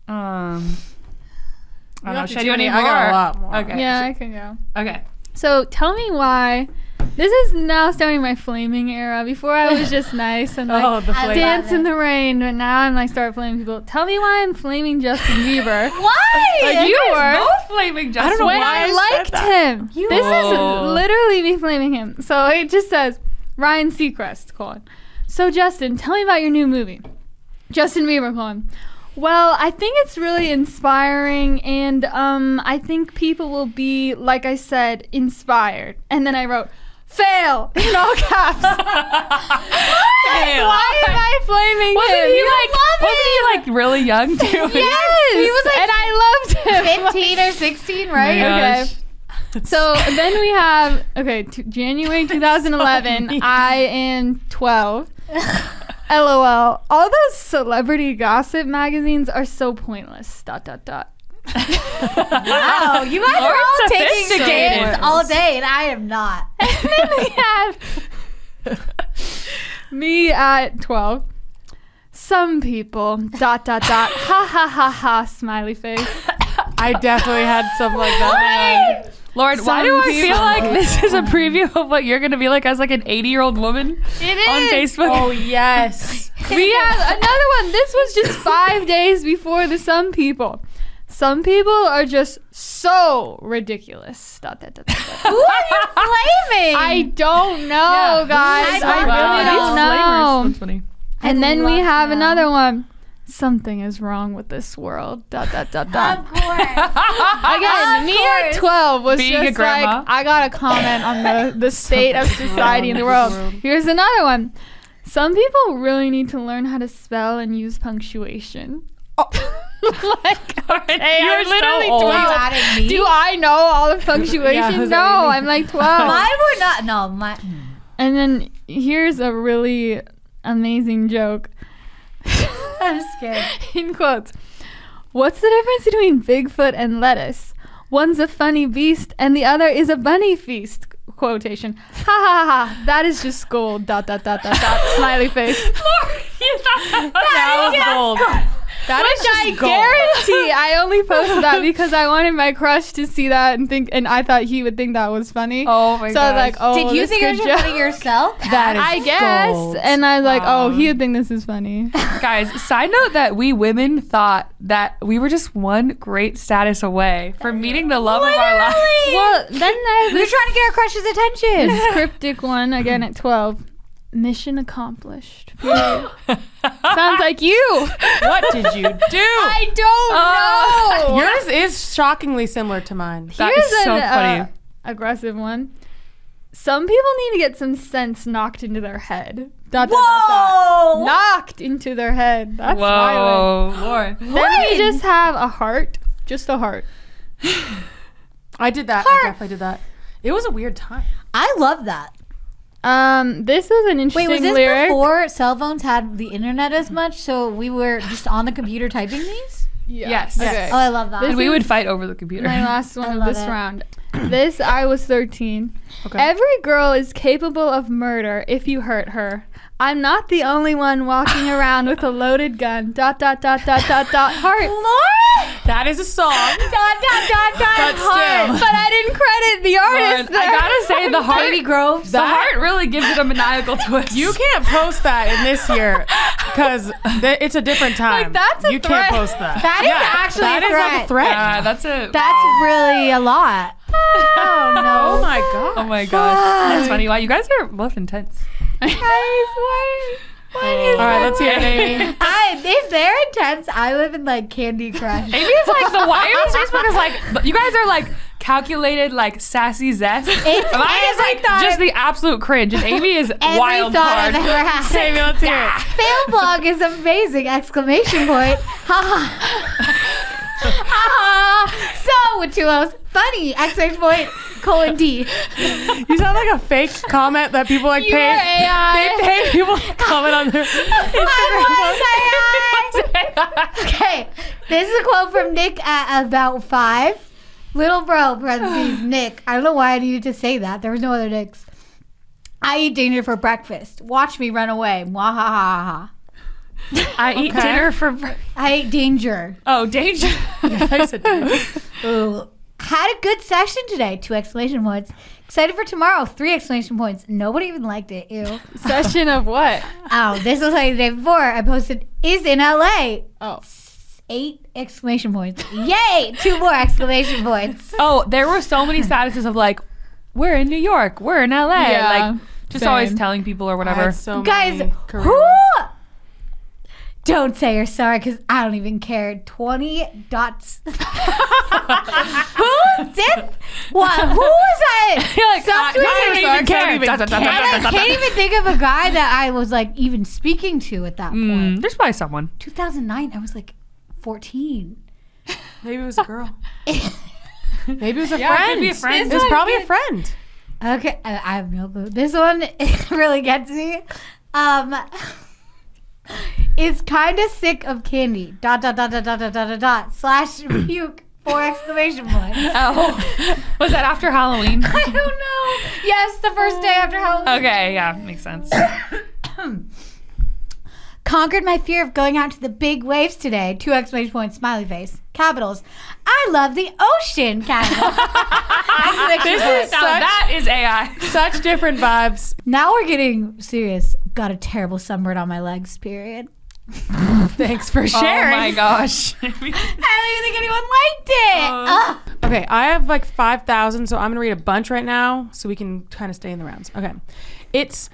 Speaker 3: Um, I
Speaker 2: You
Speaker 3: don't
Speaker 2: have
Speaker 3: know.
Speaker 2: to
Speaker 3: Should
Speaker 2: tell
Speaker 3: I do any
Speaker 2: me. I got a
Speaker 3: more?
Speaker 2: lot more.
Speaker 3: Okay.
Speaker 5: Yeah, I can go.
Speaker 3: Okay.
Speaker 5: So tell me why. This is now starting my flaming era. Before I was just nice and like
Speaker 2: Oh, the
Speaker 4: I
Speaker 2: flavor.
Speaker 4: did-
Speaker 5: dance in the rain, but now I'm like start flaming people. Tell me why I'm flaming Justin Bieber.
Speaker 4: Why?
Speaker 5: Like, you were.
Speaker 3: both blaming Justin.
Speaker 2: don't know
Speaker 5: when
Speaker 2: why
Speaker 5: I,
Speaker 2: I said
Speaker 5: liked him. this
Speaker 3: Oh.
Speaker 5: is literally me flaming him. So it just says Ryan Seacrest colon. So Justin, tell me about your new movie. Justin Bieber colon. Well, I think it's really inspiring, and um, I think people will be, like I said, inspired. And then I wrote, fail in all caps.
Speaker 3: Fail.
Speaker 5: Why am I flaming
Speaker 3: Wasn't
Speaker 5: him?
Speaker 3: he like wasn't he like really young too?
Speaker 5: yes, he was like, and I loved him. Oh
Speaker 4: 15 or 16, right?
Speaker 5: Right, okay. So then we have okay, t- January 2011. I am 12. LOL. All those celebrity gossip magazines are so pointless. Dot dot dot.
Speaker 4: Wow, you guys are
Speaker 3: Lauren's
Speaker 4: all taking
Speaker 3: sophisticated.
Speaker 4: games all day, and I am not.
Speaker 5: And then we have me at 12. Some people. Dot dot dot. Ha ha ha ha. Smiley face.
Speaker 2: I definitely had some like that.
Speaker 3: Lord, why do I feel
Speaker 2: people-
Speaker 3: like this is a preview of what you're gonna be like as like an 80 year old woman
Speaker 5: It
Speaker 3: on
Speaker 5: is.
Speaker 3: Facebook?
Speaker 2: Oh yes.
Speaker 5: we have another one. This was just five days before the some people. Some people are just so ridiculous. Dot, dot, dot, dot, dot.
Speaker 4: Who are you flaming?
Speaker 5: I don't
Speaker 3: Yeah.
Speaker 5: know, guys. Oh,
Speaker 4: I
Speaker 5: I
Speaker 4: love
Speaker 5: really
Speaker 4: that.
Speaker 5: don't
Speaker 3: Wow,
Speaker 5: know.
Speaker 3: these flavors. That's funny.
Speaker 5: And then we
Speaker 4: love
Speaker 5: have
Speaker 4: that.
Speaker 5: another one. Something is wrong with this world. Dot dot dot dot.
Speaker 4: Of course.
Speaker 5: Again,
Speaker 4: of
Speaker 5: me
Speaker 4: course.
Speaker 5: at twelve was
Speaker 3: Being a
Speaker 5: just
Speaker 3: grandma.
Speaker 5: like I got to comment on the the state of society in the world. Here's another one. Some people really need to learn how to spell and use punctuation. like, okay,
Speaker 3: You're
Speaker 5: I'm literally
Speaker 3: so old.
Speaker 5: 12.
Speaker 4: Oh. You added me?
Speaker 5: Do I know all of punctuation?
Speaker 2: who's
Speaker 5: no,
Speaker 2: adding me?
Speaker 5: I'm like 12.
Speaker 4: Mine were not. No, my.
Speaker 5: and then here's a really amazing joke.
Speaker 4: I'm scared.
Speaker 5: in quotes. What's the difference between Bigfoot and lettuce? One's a funny beast and the other is a bunny feast. Quotation. Ha ha ha ha. That is just gold. Dot dot dot dot dot. Smiley face.
Speaker 3: That was gold.
Speaker 5: That is I
Speaker 2: gold.
Speaker 5: guarantee. I only posted that because I wanted my crush to see that and think, and I thought he would think that was funny.
Speaker 3: Oh my
Speaker 5: so
Speaker 3: gosh.
Speaker 5: I was like, oh,
Speaker 4: Did you
Speaker 5: this
Speaker 4: think I was
Speaker 5: good
Speaker 4: just
Speaker 5: joke.
Speaker 4: putting yourself?
Speaker 2: That is
Speaker 5: I guess.
Speaker 2: gold.
Speaker 5: And I was like, oh, he
Speaker 4: Um,
Speaker 5: would think this is funny.
Speaker 3: Guys, side note that we women thought that we were just one great status away from meeting the love of our lives.
Speaker 5: well, then I
Speaker 4: We're trying to get our crush's attention.
Speaker 5: this cryptic one again at 12. mission accomplished. period. Sounds like you.
Speaker 2: What did you do?
Speaker 5: I
Speaker 3: Uh,
Speaker 5: don't know.
Speaker 2: Yours is shockingly similar to mine.
Speaker 3: That
Speaker 5: Here's
Speaker 3: is so
Speaker 5: an,
Speaker 3: funny.
Speaker 5: uh, aggressive one. Some people need to get some sense knocked into their head. Dot, dot, dot, dot. Knocked into their head. That's violent.
Speaker 3: Whoa, Lauren.
Speaker 5: Then we just have a heart. Just a heart.
Speaker 2: I did that. I definitely did that. It was a weird time.
Speaker 4: I love that.
Speaker 5: Um, this was an interesting
Speaker 4: Wait, was this
Speaker 5: lyric.
Speaker 4: before cell phones had the internet as much? So we were just on the computer typing these?
Speaker 3: Yes.
Speaker 5: Okay.
Speaker 4: Oh, I love that.
Speaker 5: This
Speaker 3: And we
Speaker 5: is
Speaker 3: would fight over the computer.
Speaker 5: my last
Speaker 4: I
Speaker 5: one of
Speaker 4: love
Speaker 5: this
Speaker 4: it.
Speaker 5: round. This I was 13.
Speaker 2: Okay.
Speaker 5: Every girl is capable of murder if you hurt her. I'm not the only one walking around with a loaded gun. Dot dot dot dot dot dot heart.
Speaker 4: Lauren!
Speaker 2: That is a song.
Speaker 5: Dot dot dot dot
Speaker 2: But
Speaker 5: heart.
Speaker 2: still.
Speaker 5: But I didn't credit the
Speaker 3: Lauren,
Speaker 5: artist.
Speaker 3: I
Speaker 5: there.
Speaker 3: gotta say the heart
Speaker 4: Katie Groves.
Speaker 3: the heart really gives it a maniacal twist.
Speaker 2: You can't post that in this year because th- it's a different time.
Speaker 5: that's a
Speaker 2: you can't
Speaker 5: threat.
Speaker 2: post that.
Speaker 4: That is actually
Speaker 2: that
Speaker 4: a
Speaker 2: is like a
Speaker 4: threat.
Speaker 2: threat.
Speaker 3: Yeah, that's a
Speaker 4: That's really a lot. Oh,
Speaker 2: Oh
Speaker 4: no.
Speaker 2: my god.
Speaker 3: Oh my gosh. That's funny. Wow, you guys are both intense.
Speaker 2: All right, let's hear it, Amy.
Speaker 4: I, if they're intense, I live in like Candy Crush.
Speaker 3: Maybe it's like the Wire's Facebook is like you guys are like calculated, like sassy zest. Mine is like
Speaker 4: every thought
Speaker 3: just
Speaker 4: of-
Speaker 3: the absolute cringe, and Amy is
Speaker 4: Every
Speaker 3: wild
Speaker 4: thought
Speaker 3: card.
Speaker 4: I've ever had.
Speaker 2: Amy, let's hear it.
Speaker 4: Fail blog is amazing! Exclamation point. Ha ha. Ha ha. So, with two O's, funny! Exclamation point, colon D.
Speaker 2: You sound like a fake comment that people like
Speaker 5: Your
Speaker 2: pay. They
Speaker 5: AI.
Speaker 2: pay people to comment on their
Speaker 4: I was AI. okay, this is a quote from Nick at about five. Little bro, parentheses, Nick. I don't know why I needed to say that. There was no other Nicks. I eat dinner for breakfast. Watch me run away. Mwahaha.
Speaker 3: I eat
Speaker 2: Okay.
Speaker 3: dinner for br-
Speaker 4: I hate danger.
Speaker 3: oh danger.
Speaker 2: Instagram.
Speaker 4: Ooh. Had a good session today. Two exclamation points. Excited for tomorrow. Three exclamation points. Nobody even liked it. Ew.
Speaker 5: Session of what?
Speaker 4: oh, this was like the day before. I posted is in LA.
Speaker 5: Oh.
Speaker 4: Eight exclamation points. Yay! Two more exclamation points.
Speaker 3: Oh, there were so many statuses of like, we're in New York, we're in LA,
Speaker 5: Yeah,
Speaker 3: like just
Speaker 5: same.
Speaker 3: always telling people or whatever.
Speaker 2: so
Speaker 4: Guys,
Speaker 2: many
Speaker 4: who?
Speaker 2: careers.
Speaker 4: Don't say you're sorry because I don't even care. 20 dots. who did? What? Who was I?
Speaker 3: You're like,
Speaker 4: Stop
Speaker 3: I,
Speaker 4: doing
Speaker 3: I don't
Speaker 4: it.
Speaker 3: even
Speaker 2: I
Speaker 3: care.
Speaker 2: can't even
Speaker 3: Dot, dot, dot,
Speaker 2: care.
Speaker 3: dot,
Speaker 4: And I
Speaker 3: dot, dot,
Speaker 4: can't
Speaker 3: dot.
Speaker 4: even think of a guy that I was like even speaking to at that point.
Speaker 3: Mm, There's probably someone.
Speaker 4: 2009, I was like 14.
Speaker 2: Maybe it was a girl. Maybe it was a
Speaker 3: Yeah, it could
Speaker 2: friend.
Speaker 3: be a friend.
Speaker 2: It was
Speaker 3: This
Speaker 2: probably a friend.
Speaker 4: Okay, I, I have no clue. This one really gets me. Um, it's kind of sick of candy. Dot dot dot dot dot dot dot dot dot slash puke. Four exclamation points.
Speaker 3: Oh, was that after Halloween?
Speaker 4: I don't know. Yes, the first day after
Speaker 2: Uh,
Speaker 4: Halloween.
Speaker 3: Okay, yeah, makes sense.
Speaker 4: Conquered my fear of going out to the big waves today. Two exclamation points, smiley face, capitals. I love the ocean, capital.
Speaker 2: This
Speaker 4: Exclamation
Speaker 2: is
Speaker 4: point.
Speaker 3: Now
Speaker 2: such,
Speaker 3: that is AI.
Speaker 2: such different vibes.
Speaker 4: now we're getting serious. Got a terrible sunburn on my legs. Period.
Speaker 2: Thanks for sharing.
Speaker 3: Oh my gosh.
Speaker 4: I don't even think anyone liked it.
Speaker 2: Oh.
Speaker 4: Ugh.
Speaker 2: Okay, I have like 5,000, so I'm going to read a bunch right now so we can kind of stay in the rounds. Okay. It's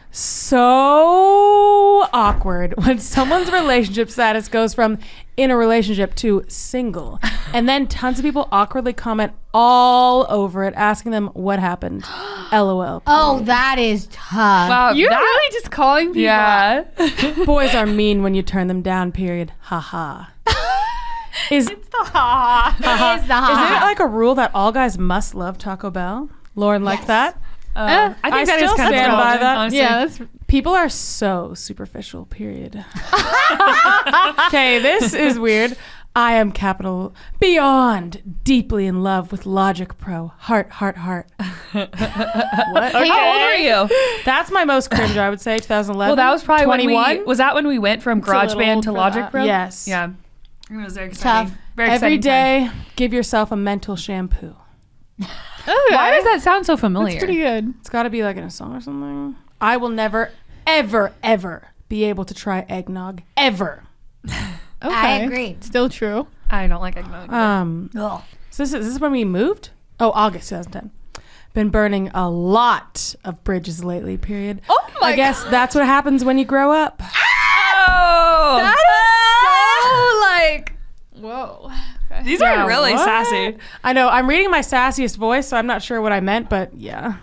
Speaker 2: so awkward when someone's relationship status goes from in a relationship to single. And then tons of people awkwardly comment all over it, asking them what happened. LOL.
Speaker 4: Oh, that is tough.
Speaker 5: You're really just calling people. out.
Speaker 3: Uh, yeah.
Speaker 2: Boys are mean when you turn them down, period. Ha ha. Is,
Speaker 4: It is the
Speaker 2: is it
Speaker 4: ha.
Speaker 2: like a rule that all guys must love Taco Bell? Lauren liked that?
Speaker 3: Uh, I think
Speaker 2: I
Speaker 3: that is
Speaker 2: still
Speaker 3: kind
Speaker 2: stand
Speaker 3: of
Speaker 2: by
Speaker 3: relevant,
Speaker 2: that.
Speaker 3: Honestly.
Speaker 5: Yeah, that's
Speaker 2: People are so superficial, period. okay, this is weird. I am capital beyond deeply in love with Logic Pro. Heart, heart, heart. what? Okay.
Speaker 3: How old were you?
Speaker 2: That's my most cringe, I would say, 2011.
Speaker 3: Well, that was probably
Speaker 2: 21.
Speaker 3: when we was that when we went from
Speaker 5: little
Speaker 3: GarageBand
Speaker 5: old
Speaker 3: to
Speaker 5: for
Speaker 3: Logic
Speaker 5: that.
Speaker 3: Pro.
Speaker 2: Yes.
Speaker 3: Yeah. It was very
Speaker 4: Tough.
Speaker 3: exciting. Very
Speaker 2: Every
Speaker 3: exciting
Speaker 2: day,
Speaker 3: time.
Speaker 2: give yourself a mental shampoo.
Speaker 5: okay.
Speaker 3: Why does that sound so
Speaker 5: That's
Speaker 3: familiar?
Speaker 5: pretty good.
Speaker 2: It's got to be like in a song or something. I will never, ever, ever be able to try eggnog. Ever.
Speaker 5: Okay.
Speaker 4: I agree.
Speaker 5: Still true. Uh,
Speaker 3: I don't like eggnog.
Speaker 2: Um,
Speaker 4: Ugh.
Speaker 2: So this is, this is when we moved? Oh, August 2010. been burning a lot of bridges lately, period.
Speaker 5: Oh my
Speaker 2: I guess that's what happens when you grow up.
Speaker 3: Oh,
Speaker 5: That is so like whoa. Okay.
Speaker 3: these
Speaker 2: Yeah,
Speaker 3: are really
Speaker 2: what?
Speaker 3: sassy.
Speaker 2: I know. I'm reading my sassiest voice, so I'm not sure what I meant, but yeah.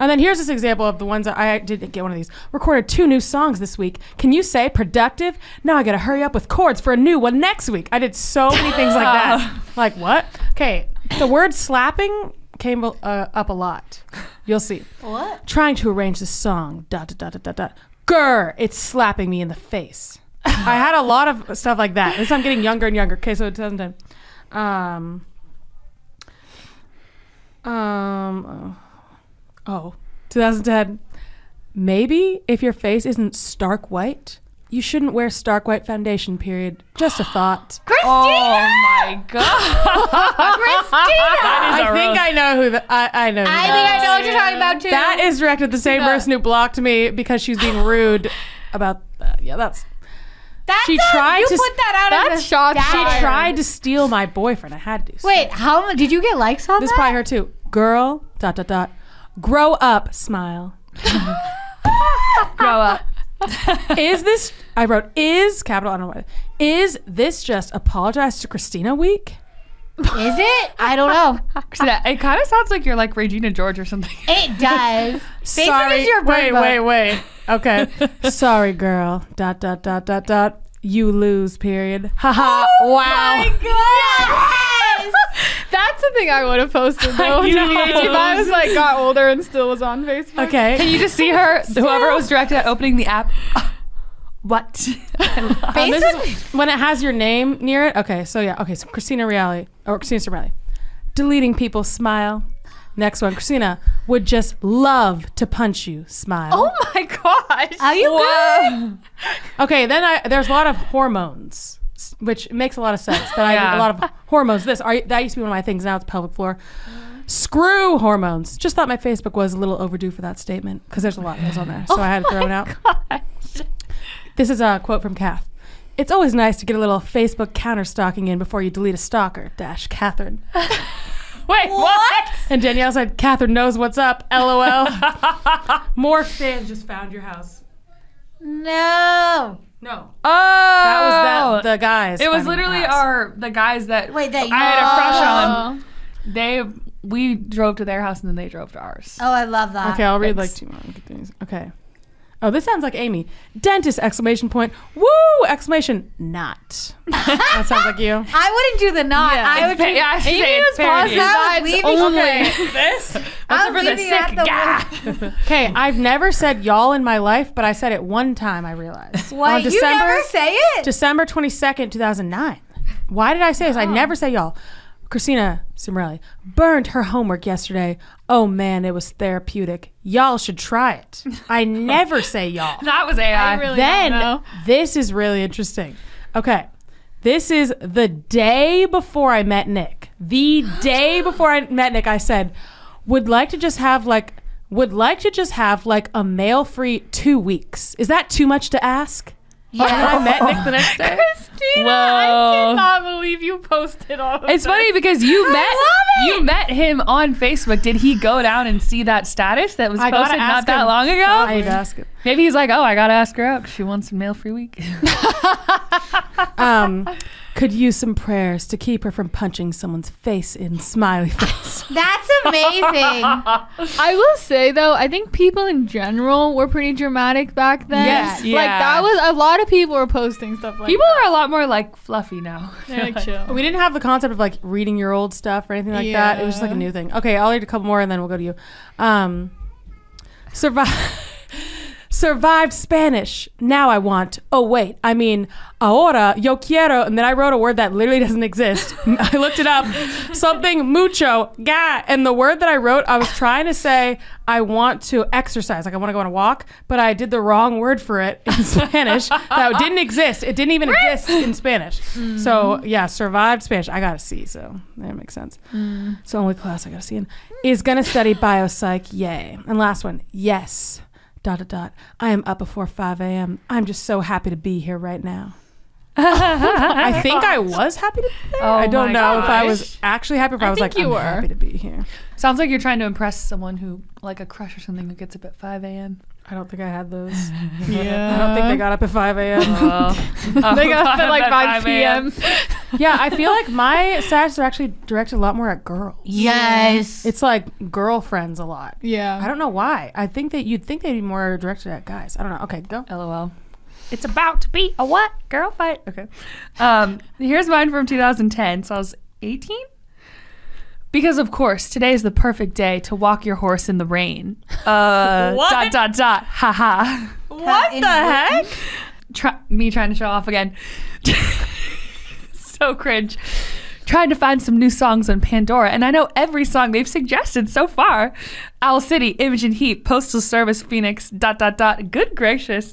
Speaker 2: And then here's this example of the ones that I did get one of these. Recorded two new songs this week. Can you say productive? Now I gotta hurry up with chords for a new one next week. I did so many things like that. Like what? Okay, the word slapping came uh, up a lot. You'll see.
Speaker 4: What?
Speaker 2: Trying to arrange the song. Dot dot dot dot dot. dot. Grr! It's slapping me in the face. I had a lot of stuff like that. This I'm getting younger and younger. Okay, so it doesn't. Um. Um. Oh, oh, 2010. Maybe if your face isn't stark white, you shouldn't wear stark white foundation. Period. Just a thought.
Speaker 3: Oh my god, That is
Speaker 2: I
Speaker 3: a
Speaker 2: think
Speaker 3: roast.
Speaker 2: I know who. The, I, I know. who
Speaker 4: I
Speaker 2: that
Speaker 4: think
Speaker 2: is.
Speaker 4: I know what you're talking about too.
Speaker 2: That is directed at the same person who blocked me because she was being rude about that. Yeah, that's.
Speaker 4: That's
Speaker 2: She
Speaker 4: a-
Speaker 2: tried
Speaker 4: you
Speaker 2: to s-
Speaker 4: put that out
Speaker 5: that's
Speaker 4: as a
Speaker 5: shots
Speaker 4: stab.
Speaker 5: fired.
Speaker 2: She tried to steal my boyfriend. I had to.
Speaker 4: Wait, how mu- did you get likes on
Speaker 2: this is
Speaker 4: that?
Speaker 2: probably her too. Girl. Dot dot dot. Grow up. Smile.
Speaker 3: grow up.
Speaker 2: is this I wrote is capital I don't know what is this just apologize to Christina week?
Speaker 4: Is it? I don't know.
Speaker 3: Christina, it kind of sounds like you're like Regina George or something.
Speaker 4: It does. Facebook
Speaker 2: Sorry.
Speaker 4: is your
Speaker 2: wait,
Speaker 4: bird
Speaker 2: wait, wait. Okay. Sorry, girl. Dot dot dot dot dot. You lose. Period. Haha.
Speaker 5: Oh
Speaker 2: wow.
Speaker 5: That's the thing I would have posted
Speaker 3: Oh,
Speaker 5: though.
Speaker 2: I know.
Speaker 5: TBH, if I was like got older and still was on Facebook.
Speaker 2: Okay.
Speaker 3: Can you just see her? Whoever was directed at opening the app. What?
Speaker 2: Um, this is when it has your name near it. Okay, so yeah. Okay, so Christina Reale or Christina Serrali. Deleting people smile. Next one, Christina would just love to punch you. Smile.
Speaker 5: Oh my gosh.
Speaker 4: Are you good?
Speaker 2: Okay, then I, there's a lot of hormones, s- which makes a lot of sense. That I a
Speaker 3: Yeah.
Speaker 2: lot of hormones. This are, that used to be one of my things. Now it's pelvic floor. Screw hormones. Just thought my Facebook was a little overdue for that statement because there's a lot that was on there, so I had it
Speaker 3: Oh
Speaker 2: thrown out. This is a quote from Kath. It's always nice to get a little Facebook counter stalking in before you delete a stalker. Dash Catherine.
Speaker 3: Wait, what?
Speaker 2: And Danielle said, "Catherine knows what's up." LOL. More fans just found your house.
Speaker 4: No.
Speaker 2: No,
Speaker 3: Oh,
Speaker 2: that was that, the guys.
Speaker 3: It was
Speaker 2: finding your
Speaker 3: literally
Speaker 2: house.
Speaker 3: our the guys that
Speaker 4: Wait, that you
Speaker 3: I had a crush on.
Speaker 5: Oh.
Speaker 3: They we drove to their house and then they drove to ours.
Speaker 4: Oh, I love that.
Speaker 2: Okay, I'll read like
Speaker 3: Thanks.
Speaker 2: two more good things. Okay. Oh, this sounds like Amy. Dentist exclamation point. Woo! Exclamation not. that sounds like you.
Speaker 4: I wouldn't do the knot. I would.
Speaker 3: Pa- yeah, I should say it's parody.
Speaker 4: I was leaving.
Speaker 5: only.
Speaker 3: This
Speaker 4: I
Speaker 3: for
Speaker 4: was
Speaker 3: the
Speaker 4: leaving at
Speaker 3: sick
Speaker 4: the
Speaker 3: guy.
Speaker 2: Okay, I've never said y'all in my life, but I said it one time. I realized.
Speaker 4: Wait, you never say it.
Speaker 2: December twenty second, two thousand nine. Why did I say
Speaker 4: Oh.
Speaker 2: this? I never say y'all. Christina Cimarelli burned her homework yesterday. Oh man, it was therapeutic. Y'all should try it. I never say y'all.
Speaker 3: That was AI.
Speaker 5: really- don't
Speaker 2: then
Speaker 5: know.
Speaker 2: this is really interesting. Okay. This is the day before I met Nick. The day before I met Nick, I said, would like to just have like would like to just have like a mail free two weeks. Is that too much to ask? Yeah. I met Nick the next day.
Speaker 5: Christina, I
Speaker 3: Whoa.
Speaker 5: cannot believe you posted all of
Speaker 3: It's
Speaker 5: that.
Speaker 3: funny because you met you met him on Facebook. Did he go down and see that status that was
Speaker 2: I gotta
Speaker 3: posted not
Speaker 2: ask
Speaker 3: that
Speaker 2: him.
Speaker 3: long ago?
Speaker 2: I need to ask him.
Speaker 3: Maybe he's like, oh, I gotta ask her out. She wants a mail free week.
Speaker 2: Um, could use some prayers to keep her from punching someone's face in smiley face.
Speaker 4: That's amazing.
Speaker 5: I will say though, I think people in general were pretty dramatic back then.
Speaker 4: Yes.
Speaker 5: Like
Speaker 3: Yeah.
Speaker 5: that was a lot of people were posting stuff like
Speaker 3: People are a lot more like fluffy now.
Speaker 5: that. Like, chill.
Speaker 2: We didn't have the concept of like reading your old stuff or anything like that. It was just like a
Speaker 5: Yeah.
Speaker 2: new thing. Okay, I'll read a couple more and then we'll go to you. Um, survive. Survived Spanish. Now I want. Oh wait, I mean, ahora yo quiero. And then I wrote a word that literally doesn't exist. I looked it up. Something mucho ga. And the word that I wrote, I was trying to say I want to exercise, like I want to go on a walk, but I did the wrong word for it in Spanish that didn't exist. It didn't even exist in Spanish. So yeah, survived Spanish. I got a C, so that makes sense. It's the only class I got to see in. Is gonna study biopsych. Yay. And last one. Yes dot dot dot. I am up before 5 a.m. I'm just so happy to be here right now. I think I was happy to be there.
Speaker 3: Oh
Speaker 2: I don't
Speaker 3: my
Speaker 2: know if I was
Speaker 3: gosh.
Speaker 2: actually happy or if I, was
Speaker 5: think
Speaker 2: like,
Speaker 5: you
Speaker 2: I'm
Speaker 5: were.
Speaker 2: happy to be here.
Speaker 3: Sounds like you're trying to impress someone who, like a crush or something, who gets up at 5 a.m.
Speaker 2: I don't think I had those.
Speaker 5: Yeah.
Speaker 2: I don't think they got up at 5 a.m.
Speaker 5: oh,
Speaker 3: they got up at like 5 p.m.
Speaker 2: yeah, I feel like my stats are actually directed a lot more at girls.
Speaker 4: Yes.
Speaker 2: It's like girlfriends a lot.
Speaker 5: Yeah.
Speaker 2: I don't know why. I think that you'd think they'd be more directed at guys. I don't know. Okay, go.
Speaker 3: LOL. It's about to be a what? Girl fight. Okay. Um, here's mine from 2010. So I was 18. Because of course, today is the perfect day to walk your horse in the rain. Uh, Dot dot dot. Ha ha.
Speaker 4: what the heck?
Speaker 3: Try- me trying to show off again. so cringe. Trying to find some new songs on Pandora, and I know every song they've suggested so far. Owl City, Imogen Heap, Postal Service, Phoenix, dot dot dot. Good gracious!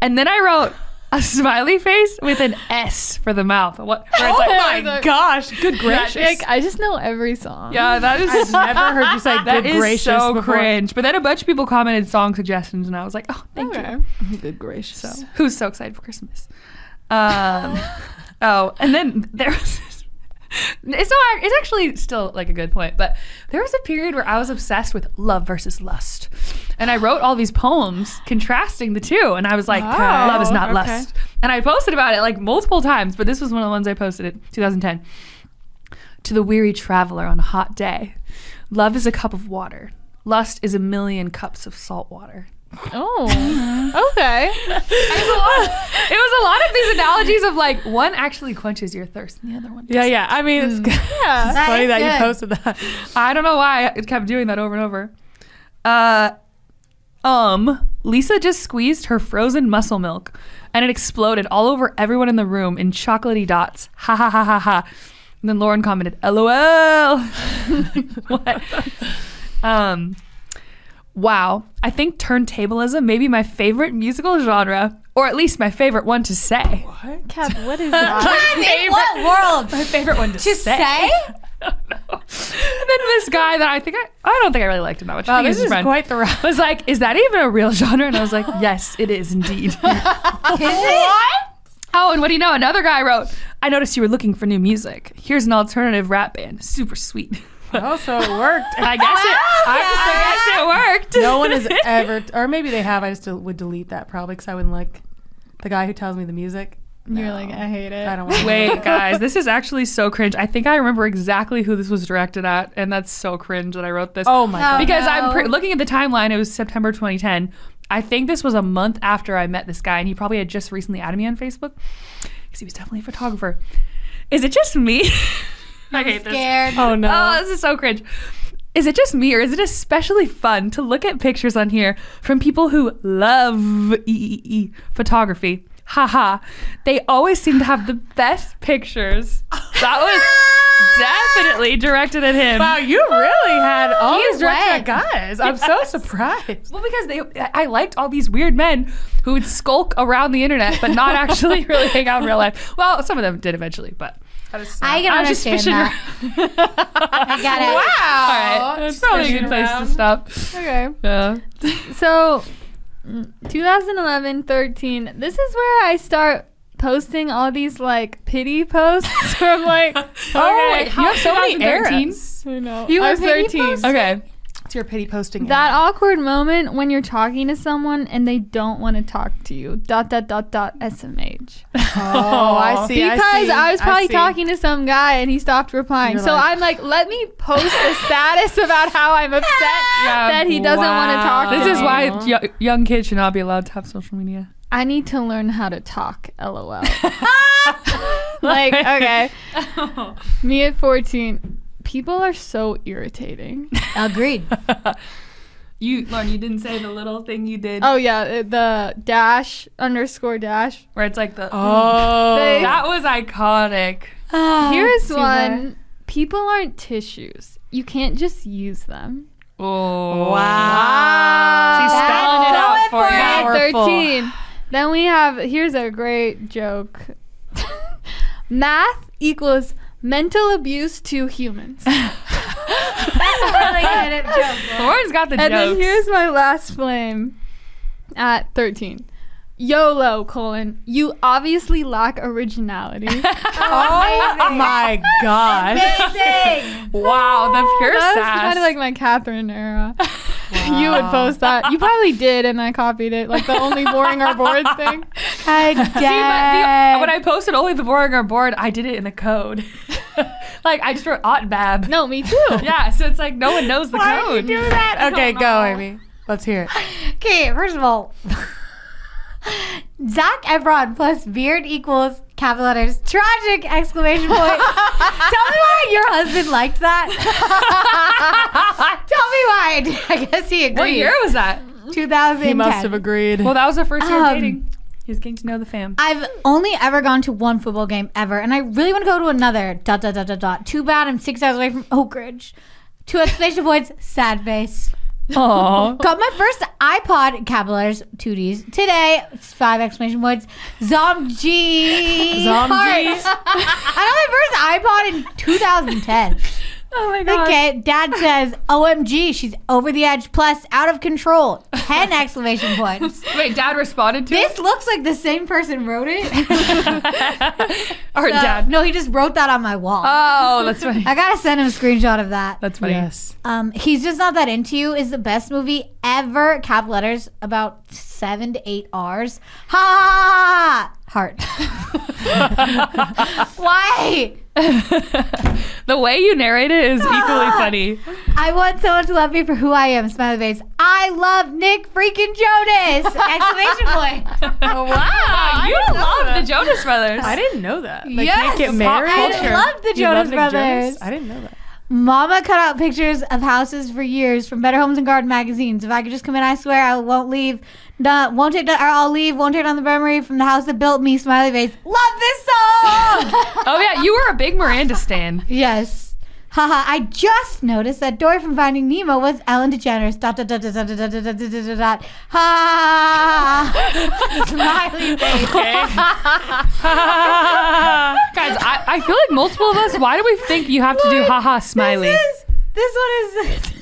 Speaker 3: And then I wrote a smiley face with an S for the mouth. What? where it's like-
Speaker 5: my God.
Speaker 2: Oh Gosh, good gracious.
Speaker 5: Like, I just know every song.
Speaker 3: yeah, that is.
Speaker 2: I've never heard you say good
Speaker 3: That is
Speaker 2: gracious
Speaker 3: so
Speaker 2: before.
Speaker 3: cringe. But then a bunch of people commented song suggestions, and I was like, oh, thank you.
Speaker 5: Okay.
Speaker 2: Good gracious.
Speaker 3: So who's so excited for Christmas? Um, oh, and then there was. It's not. It's actually still like a good point, but there was a period where I was obsessed with love versus lust, and I wrote all these poems contrasting the two, and I was like, "Love is not
Speaker 2: okay.
Speaker 3: lust," and I posted about it like multiple times. But this was one of the ones I posted in 2010 to the weary traveler on a hot day. Love is a cup of water. Lust is a million cups of salt water.
Speaker 5: Oh. okay.
Speaker 3: It was a lot- it was a lot of these analogies of like one actually quenches your thirst and the other one.
Speaker 2: Yeah, yeah. I mean, it's, it's
Speaker 4: That
Speaker 2: funny
Speaker 4: is
Speaker 2: that
Speaker 4: good.
Speaker 2: you posted that.
Speaker 3: I don't know why it kept doing that over and over. Uh, um, Lisa just squeezed her frozen muscle milk, and it exploded all over everyone in the room in chocolatey dots. Ha ha ha ha ha. And then Lauren commented, "LOL." what? Um, wow. I think turntablism may be my favorite musical genre, or at least my favorite one to say.
Speaker 5: Cap, what is that?
Speaker 4: In what world?
Speaker 3: My favorite one to
Speaker 4: To say?
Speaker 3: and then this guy that I think I, I don't think I really liked him that much. I
Speaker 2: Wow,
Speaker 3: think he was
Speaker 2: this
Speaker 3: his
Speaker 2: is
Speaker 3: friend.
Speaker 2: quite the ride.
Speaker 3: was like, is that even a real genre? And I was like, yes, it is indeed.
Speaker 4: Is it?
Speaker 3: oh, and what do you know? Another guy wrote, I noticed you were looking for new music. Here's an alternative rap band. Super sweet.
Speaker 2: Oh, so it worked.
Speaker 3: I guess it. I just I guess it worked.
Speaker 2: no one has ever, or maybe they have. I just del- would delete that probably because I wouldn't like the guy who tells me the music.
Speaker 5: You're like, I hate it.
Speaker 2: I don't want.
Speaker 3: Wait, guys, this is actually so cringe. I think I remember exactly who this was directed at, and that's so cringe that I wrote this.
Speaker 2: Oh my
Speaker 4: No.
Speaker 2: god.
Speaker 3: because I'm pre-
Speaker 4: no.
Speaker 3: looking at the timeline. It was September 2010. I think this was a month after I met this guy, and he probably had just recently added me on Facebook because he was definitely a photographer. Is it just me? I hate this.
Speaker 4: Scared.
Speaker 2: Oh no.
Speaker 3: Oh, this is so cringe. Is it just me, or is it especially fun to look at pictures on here from people who love EEE photography? Haha. They always seem to have the best pictures. That was definitely directed at him.
Speaker 2: wow, you really had all
Speaker 4: You
Speaker 2: these directed
Speaker 4: went.
Speaker 2: guys. I'm so surprised.
Speaker 3: Well, because they, I I liked all these weird men who would skulk around the internet, but not actually really hang out in real life. Well, some of them did eventually, but
Speaker 4: I can
Speaker 3: I was just
Speaker 4: understand
Speaker 3: fishing.
Speaker 4: that. I got it.
Speaker 3: All right, that's probably a
Speaker 2: fishing
Speaker 3: good place
Speaker 2: around.
Speaker 3: to stop.
Speaker 5: Okay.
Speaker 3: Yeah.
Speaker 5: So, mm, 2011, 13. This is where I start posting all these like pity posts from like. okay,
Speaker 3: Oh, you have so many
Speaker 5: 2013.
Speaker 3: eras.
Speaker 5: I know.
Speaker 4: You
Speaker 5: I
Speaker 4: were
Speaker 5: was
Speaker 4: pity
Speaker 5: 13.
Speaker 4: posting?
Speaker 3: Okay.
Speaker 2: It's your pity posting.
Speaker 5: That awkward moment when you're talking to someone and they don't want to talk to you. Dot dot dot dot SMH.
Speaker 2: Oh, I see.
Speaker 5: because
Speaker 2: I,
Speaker 5: I,
Speaker 2: see,
Speaker 5: was probably
Speaker 2: see.
Speaker 5: talking to some guy and he stopped replying.
Speaker 2: You're
Speaker 5: so
Speaker 2: like-
Speaker 5: I'm like, let me post a status about how I'm upset that he doesn't want to talk to
Speaker 3: This is
Speaker 5: me.
Speaker 3: why y- young kids should not be allowed to have social media.
Speaker 5: I need to learn how to talk, lol. like, okay. Me at 14. People are so irritating.
Speaker 4: Agreed.
Speaker 3: You, Lauren, you didn't say the little thing you did,
Speaker 5: Oh, yeah. uh, The dash underscore dash.
Speaker 3: where it's like the. mm,
Speaker 2: Oh,
Speaker 5: They-
Speaker 3: That was iconic.
Speaker 5: Here's
Speaker 2: see
Speaker 5: one. People aren't tissues. You can't just use them.
Speaker 3: Oh
Speaker 2: wow.
Speaker 3: She's spelling it out for
Speaker 4: for
Speaker 3: you.
Speaker 4: it.
Speaker 5: At
Speaker 2: Powerful.
Speaker 5: 13. Then we have here's a great joke. Math equals mental abuse to humans.
Speaker 3: Lauren's got the
Speaker 5: And then
Speaker 3: jokes.
Speaker 5: here's my last flame at 13. YOLO colon, you obviously lack originality.
Speaker 2: Oh my gosh.
Speaker 4: Amazing.
Speaker 3: Wow, that's pure
Speaker 5: That's
Speaker 3: sass.
Speaker 5: kind of like my Catherine era. you would post that. You probably did, and I copied it. Like the only boring or bored thing.
Speaker 4: I
Speaker 3: See, but the, when
Speaker 4: did.
Speaker 3: I posted "Oh, only the boring or bored, I did it in the code. like I just wrote Ott Bab.
Speaker 5: No, me too.
Speaker 3: Yeah, so it's like no one knows the
Speaker 4: Why
Speaker 3: code.
Speaker 4: did you do that?
Speaker 2: Okay, go, Amy. Let's hear it.
Speaker 4: Okay, first of all, Zach Efron plus beard equals capital letters tragic exclamation point. Tell me why your husband liked that. Tell me why. I guess he agreed.
Speaker 3: What year was that?
Speaker 4: 2010.
Speaker 2: He must have agreed.
Speaker 3: Well, that was the first year
Speaker 4: Um,
Speaker 3: of dating. He's getting to know the fam.
Speaker 4: I've only ever gone to one football game ever, and I really want to go to another. Dot dot dot dot dot. Too bad I'm six hours away from Oak Ridge. Two exclamation points. Sad face.
Speaker 3: Aww.
Speaker 4: Got my first iPod, capital letters, 2Ds, today. It's five exclamation points. Zomgy.
Speaker 2: Zomgies.
Speaker 4: Hearts. I got my first iPod in 2010.
Speaker 3: Oh my god.
Speaker 4: Okay, dad says, OMG, she's over the edge plus out of control. 10 exclamation points.
Speaker 3: Wait, dad responded to
Speaker 4: This looks like the same person wrote it.
Speaker 3: it? Or dad.
Speaker 4: No, he just wrote that on my wall.
Speaker 3: Oh, that's funny.
Speaker 4: I gotta send him a screenshot of that.
Speaker 3: That's funny.
Speaker 2: Yes.
Speaker 4: Um, he's just not that into you is the best movie ever. Cap letters about seven to eight R's. Ha! Heart. Why?
Speaker 3: the way you narrate it is equally funny.
Speaker 4: I want someone to love me for who I am. Smiley face. I love Nick freaking Jonas! Exclamation point.
Speaker 3: wow, you love the Jonas Brothers.
Speaker 2: I didn't know that. Like,
Speaker 4: Yes,
Speaker 2: get
Speaker 4: pop
Speaker 2: married.
Speaker 4: culture. I love the
Speaker 2: You love
Speaker 4: Jonas
Speaker 2: Nick Jonas?
Speaker 4: Brothers.
Speaker 2: I didn't know that.
Speaker 4: Mama cut out pictures of houses for years from Better Homes and Garden magazines. If I could just come in, I swear I won't leave. No, won't take. Or I'll leave. Won't take down the memory from the house that built me. Smiley face. Love this song.
Speaker 3: Oh yeah, you were a big Miranda stan.
Speaker 4: Yes. Haha, I just noticed that Dory from Finding Nemo was Ellen DeGeneres. Dot, dot, dot, dot, dot, dot, dot, dot, dot, dot, dot, dot. Ha! Smiley face.
Speaker 3: Guys, I, I feel like multiple of us. Why do we think you have to do haha smiley?
Speaker 4: This is, this one is...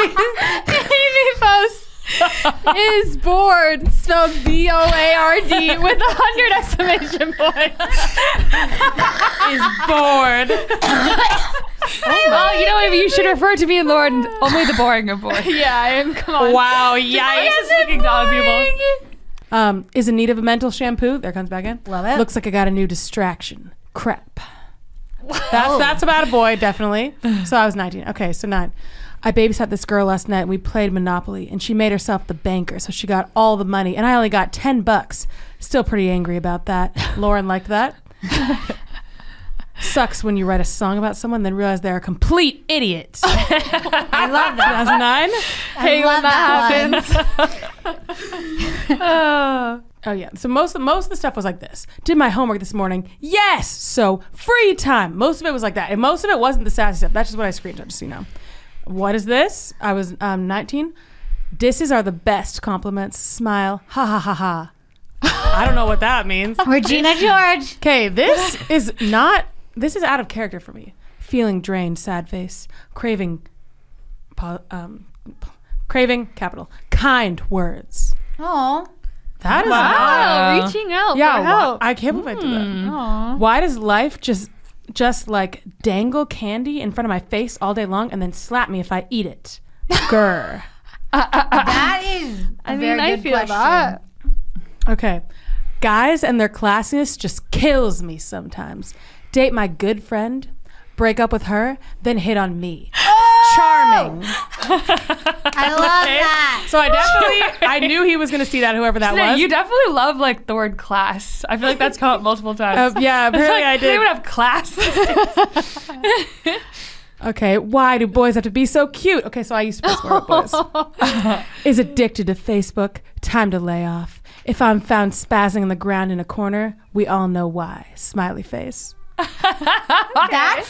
Speaker 5: Amy post is bored, spelled B O A R D, with a hundred exclamation points.
Speaker 2: He's bored.
Speaker 3: Well, Oh, you know what? You should refer to me and Lauren only the boring of boring.
Speaker 5: Yeah, I am. Come on.
Speaker 2: Wow,
Speaker 3: Just looking down at people.
Speaker 2: Um, is in need of a mental shampoo. There comes back in.
Speaker 4: Love it.
Speaker 2: Looks like I got a new distraction. Crap. That's that's about a boy, definitely. So I was 19. Okay, so nine. I babysat this girl last night and we played Monopoly and she made herself the banker, so she got all the money and I only got 10 bucks. Still pretty angry about that. Lauren liked that. Sucks when you write a song about someone then realize they're a complete idiot. I love that. 2009.
Speaker 4: I love that, one.
Speaker 2: Oh yeah. So most most of the stuff was like this. Did my homework this morning. Yes. So free time. Most of it was like that, and most of it wasn't the sassy stuff. That's just what I screenshot. Just so you know. What is this? I was um, 19. Disses are the best compliments. Smile. Ha ha ha ha. I don't know what that means.
Speaker 4: Regina George.
Speaker 2: Okay, this is not. This is out of character for me. Feeling drained, sad face, craving, po- um, p- craving capital, kind words.
Speaker 4: Oh.
Speaker 2: That is not.
Speaker 3: Uh,
Speaker 5: Wow, reaching out
Speaker 2: Yeah,
Speaker 5: for
Speaker 2: why,
Speaker 5: help. Hmm.
Speaker 2: I can't believe I did that. Why does life just just like dangle candy in front of my face all day long and then slap me if I eat it? Grr.
Speaker 4: That is
Speaker 5: I
Speaker 4: a
Speaker 5: mean,
Speaker 4: very
Speaker 5: I
Speaker 4: good
Speaker 5: feel
Speaker 4: question.
Speaker 5: that.
Speaker 2: Okay. Guys and their classiness just kills me sometimes. Date my good friend, break up with her, then hit on me.
Speaker 5: Oh!
Speaker 2: Charming.
Speaker 4: I love that.
Speaker 2: So I definitely I knew he was gonna see that, whoever that
Speaker 3: Yeah,
Speaker 2: was.
Speaker 3: you definitely love like the word class. I feel like that's come up multiple times.
Speaker 2: Uh, yeah, apparently I
Speaker 3: They
Speaker 2: did.
Speaker 3: would have class.
Speaker 2: Okay, why do boys have to be so cute? Okay, so I used to play sport with boys. Is addicted to Facebook. Time to lay off. If I'm found spazzing on the ground in a corner, we all know why. Smiley face.
Speaker 4: That's
Speaker 2: I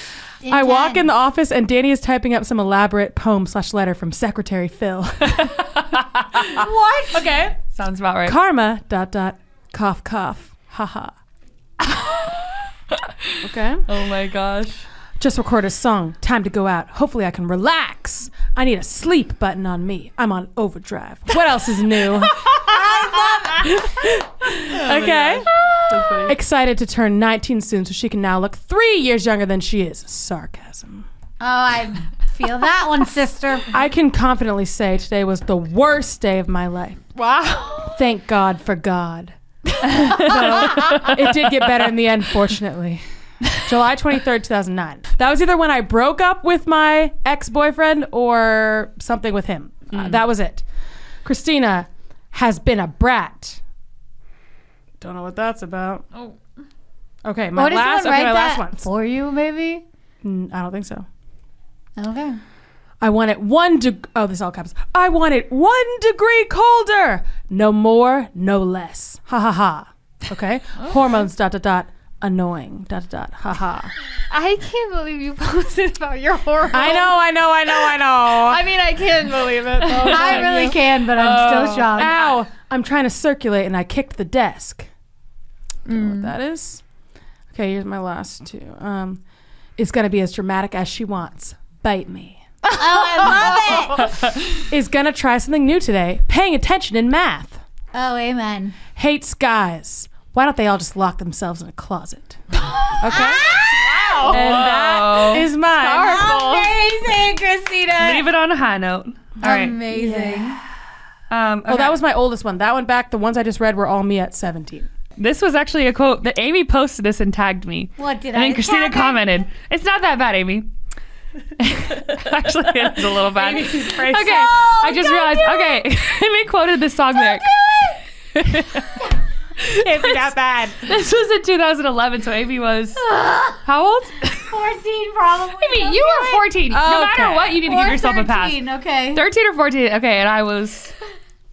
Speaker 2: walk in the office and Danny is typing up some elaborate poem slash letter from Secretary Phil.
Speaker 4: what?
Speaker 2: Okay.
Speaker 3: Sounds about right.
Speaker 2: Karma dot dot cough cough. Haha. okay.
Speaker 3: Oh my gosh. Oh
Speaker 2: Just record a song. Time to go out. Hopefully I can relax. I need a sleep button on me. I'm on overdrive. What else is new?
Speaker 3: okay.
Speaker 2: Excited to turn 19 soon so she can now look three years younger than she is. Sarcasm.
Speaker 4: Oh, I feel that one, sister.
Speaker 2: I can confidently say today was the worst day of my life.
Speaker 3: Wow.
Speaker 2: Thank God for God. Though it did get better in the end, fortunately. July 23rd, 2009. That was either when I broke up with my ex boyfriend or something with him. Uh, that was it. Christina has been a brat. Don't know what that's about.
Speaker 3: Oh.
Speaker 2: Okay, my last, okay, my last one.
Speaker 4: for you, maybe?
Speaker 2: Mm, I don't think so.
Speaker 4: Okay.
Speaker 2: I want it one degree. Oh, this all caps. I want it one degree colder. No more, no less. Ha ha ha. Okay. Hormones. Dot dot dot. Annoying. Dot dot dot. Ha ha.
Speaker 5: I can't believe you posted about your horror.
Speaker 2: I know. I know. I know. I know.
Speaker 5: I mean, I can't believe it. though.
Speaker 4: I really can, but I'm
Speaker 3: Oh.
Speaker 4: still shocked.
Speaker 2: Ow! I'm trying to circulate and I kicked the desk. Don't know what that is. Okay. Here's my last two. Um, it's gonna be as dramatic as she wants. Bite me.
Speaker 4: Oh, I love it.
Speaker 2: Is gonna try something new today. Paying attention in math.
Speaker 4: Oh, amen.
Speaker 2: hates guys. Why don't they all just lock themselves in a closet?
Speaker 4: Ah!
Speaker 3: Wow.
Speaker 2: And that is mine.
Speaker 4: Amazing, Christina.
Speaker 3: Leave it on a high note. All right.
Speaker 4: Amazing.
Speaker 3: Um,
Speaker 2: Well,
Speaker 3: okay.
Speaker 2: Oh, that was my oldest one. That one back, the ones I just read were all me at 17.
Speaker 3: This was actually a quote that Amy posted this and tagged me.
Speaker 4: What did
Speaker 3: And
Speaker 4: I
Speaker 3: then Christina
Speaker 4: tag it?
Speaker 3: commented, "It's not that bad, Amy." actually, it's a little bad. okay, I just realized. Okay, Amy quoted this song lyric.
Speaker 2: It's not bad.
Speaker 3: This was in 2011, so Amy was how old?
Speaker 4: 14 probably.
Speaker 3: Amy, you were 14. No matter
Speaker 2: Okay.
Speaker 3: what, you need to give
Speaker 4: Or
Speaker 3: yourself a pass.
Speaker 4: 13, okay.
Speaker 3: 13 or 14. Okay, and I was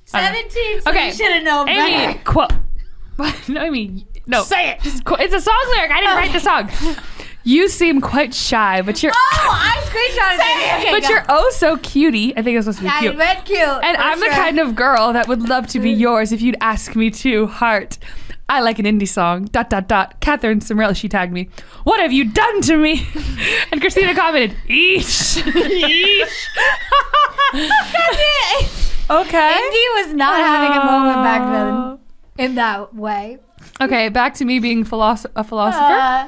Speaker 4: 17, so
Speaker 3: Okay.
Speaker 4: you should have known
Speaker 3: Amy.
Speaker 4: better.
Speaker 3: Quote. No, Amy. No.
Speaker 2: Say it.
Speaker 3: It's qu- it's a song lyric. I didn't write the song. You seem quite shy, but you're
Speaker 4: Oh, I screenshotted it. Okay,
Speaker 3: but
Speaker 4: go.
Speaker 3: you're oh so cutie. I think it's supposed to be
Speaker 4: I
Speaker 3: cute.
Speaker 4: read cute.
Speaker 3: and I'm the kind of girl that would love to be
Speaker 4: Mm.
Speaker 3: yours if you'd ask me to. Heart. I like an indie song. Dot dot dot. Catherine Samrell, she tagged me. What have you done to me? And Christina commented, Eesh.
Speaker 4: That's it.
Speaker 2: Okay.
Speaker 4: Indy was not having a moment back
Speaker 3: Oh.
Speaker 4: then in that way.
Speaker 3: Ah. Okay, back to me being philosoph- a philosopher.
Speaker 4: Uh,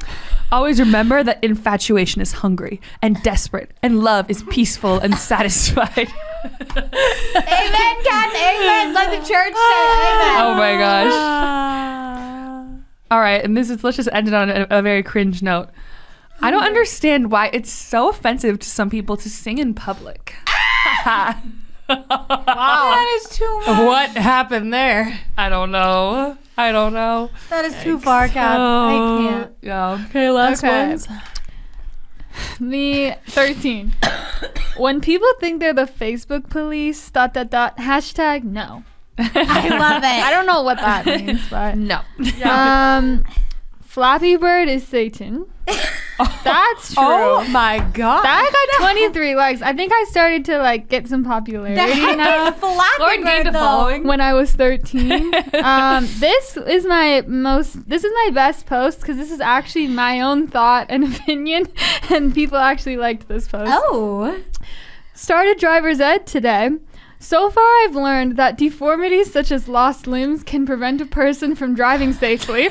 Speaker 3: Always remember that infatuation is hungry and desperate, and love is peaceful and satisfied.
Speaker 4: amen, Kat. Amen. Let the church say amen.
Speaker 3: Oh my gosh. All right, and this is let's just end it on a, a very cringe note. I don't understand why it's so offensive to some people to sing in public.
Speaker 4: That is too much.
Speaker 2: What happened there?
Speaker 3: I don't know. I don't know.
Speaker 4: Oh, That is too far, Kat. I can't.
Speaker 3: Yeah.
Speaker 2: Okay, last
Speaker 5: Okay.
Speaker 2: ones.
Speaker 5: Me, 13. when people think they're the Facebook police, dot, dot, dot, hashtag no.
Speaker 4: I love it.
Speaker 5: I don't know what that means, but.
Speaker 3: No.
Speaker 5: Um, Flappy Bird is Satan. That's true.
Speaker 2: Oh my god.
Speaker 5: That got 23 likes. I think I started to like get some
Speaker 4: The
Speaker 5: popularity
Speaker 4: heck
Speaker 5: now
Speaker 4: is Flappy
Speaker 3: Lauren
Speaker 4: Bird,
Speaker 3: gained a
Speaker 4: though?
Speaker 3: following.
Speaker 5: when I was 13. Um, this is my most this is my best post cuz this is actually my own thought and opinion and people actually liked this post.
Speaker 4: Oh.
Speaker 5: Started driver's ed today. So far, I've learned that deformities such as lost limbs can prevent a person from driving safely.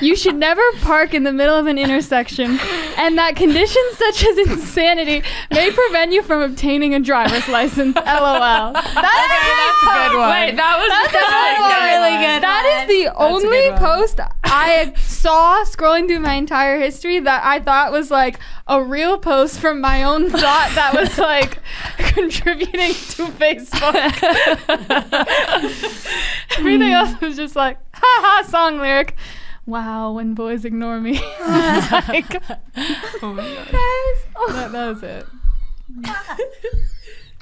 Speaker 5: You should never park in the middle of an intersection, and that conditions such as insanity may prevent you from obtaining a driver's license. LOL. That is
Speaker 2: Good one.
Speaker 3: Wait, that was
Speaker 4: really good.
Speaker 5: that is the only
Speaker 2: good one.
Speaker 5: post I saw scrolling through my entire history that I thought was like a real post from my own thought that was like contributing to Facebook. Everything else was just like, haha, song lyric. Wow, when boys ignore me. like, Oh that, that was it.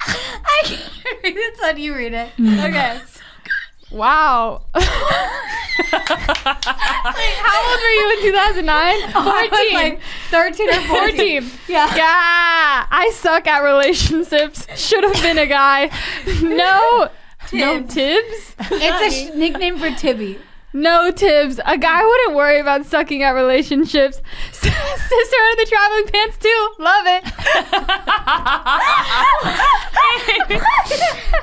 Speaker 4: I can't read it, so you read it.
Speaker 5: Okay. Mm. Wow. Wait,
Speaker 4: Oh.
Speaker 5: how old were you in 2009? 14.
Speaker 4: Oh, I was like 13 or 14.
Speaker 5: 14.
Speaker 4: Yeah.
Speaker 5: Yeah, I suck at relationships. Should have been a guy. No, no
Speaker 4: Tibs.
Speaker 5: Tibbs.
Speaker 4: It's a sh- nickname for Tibby.
Speaker 5: No tips. A guy wouldn't worry about sucking at relationships. Sister of the traveling pants too. Love it.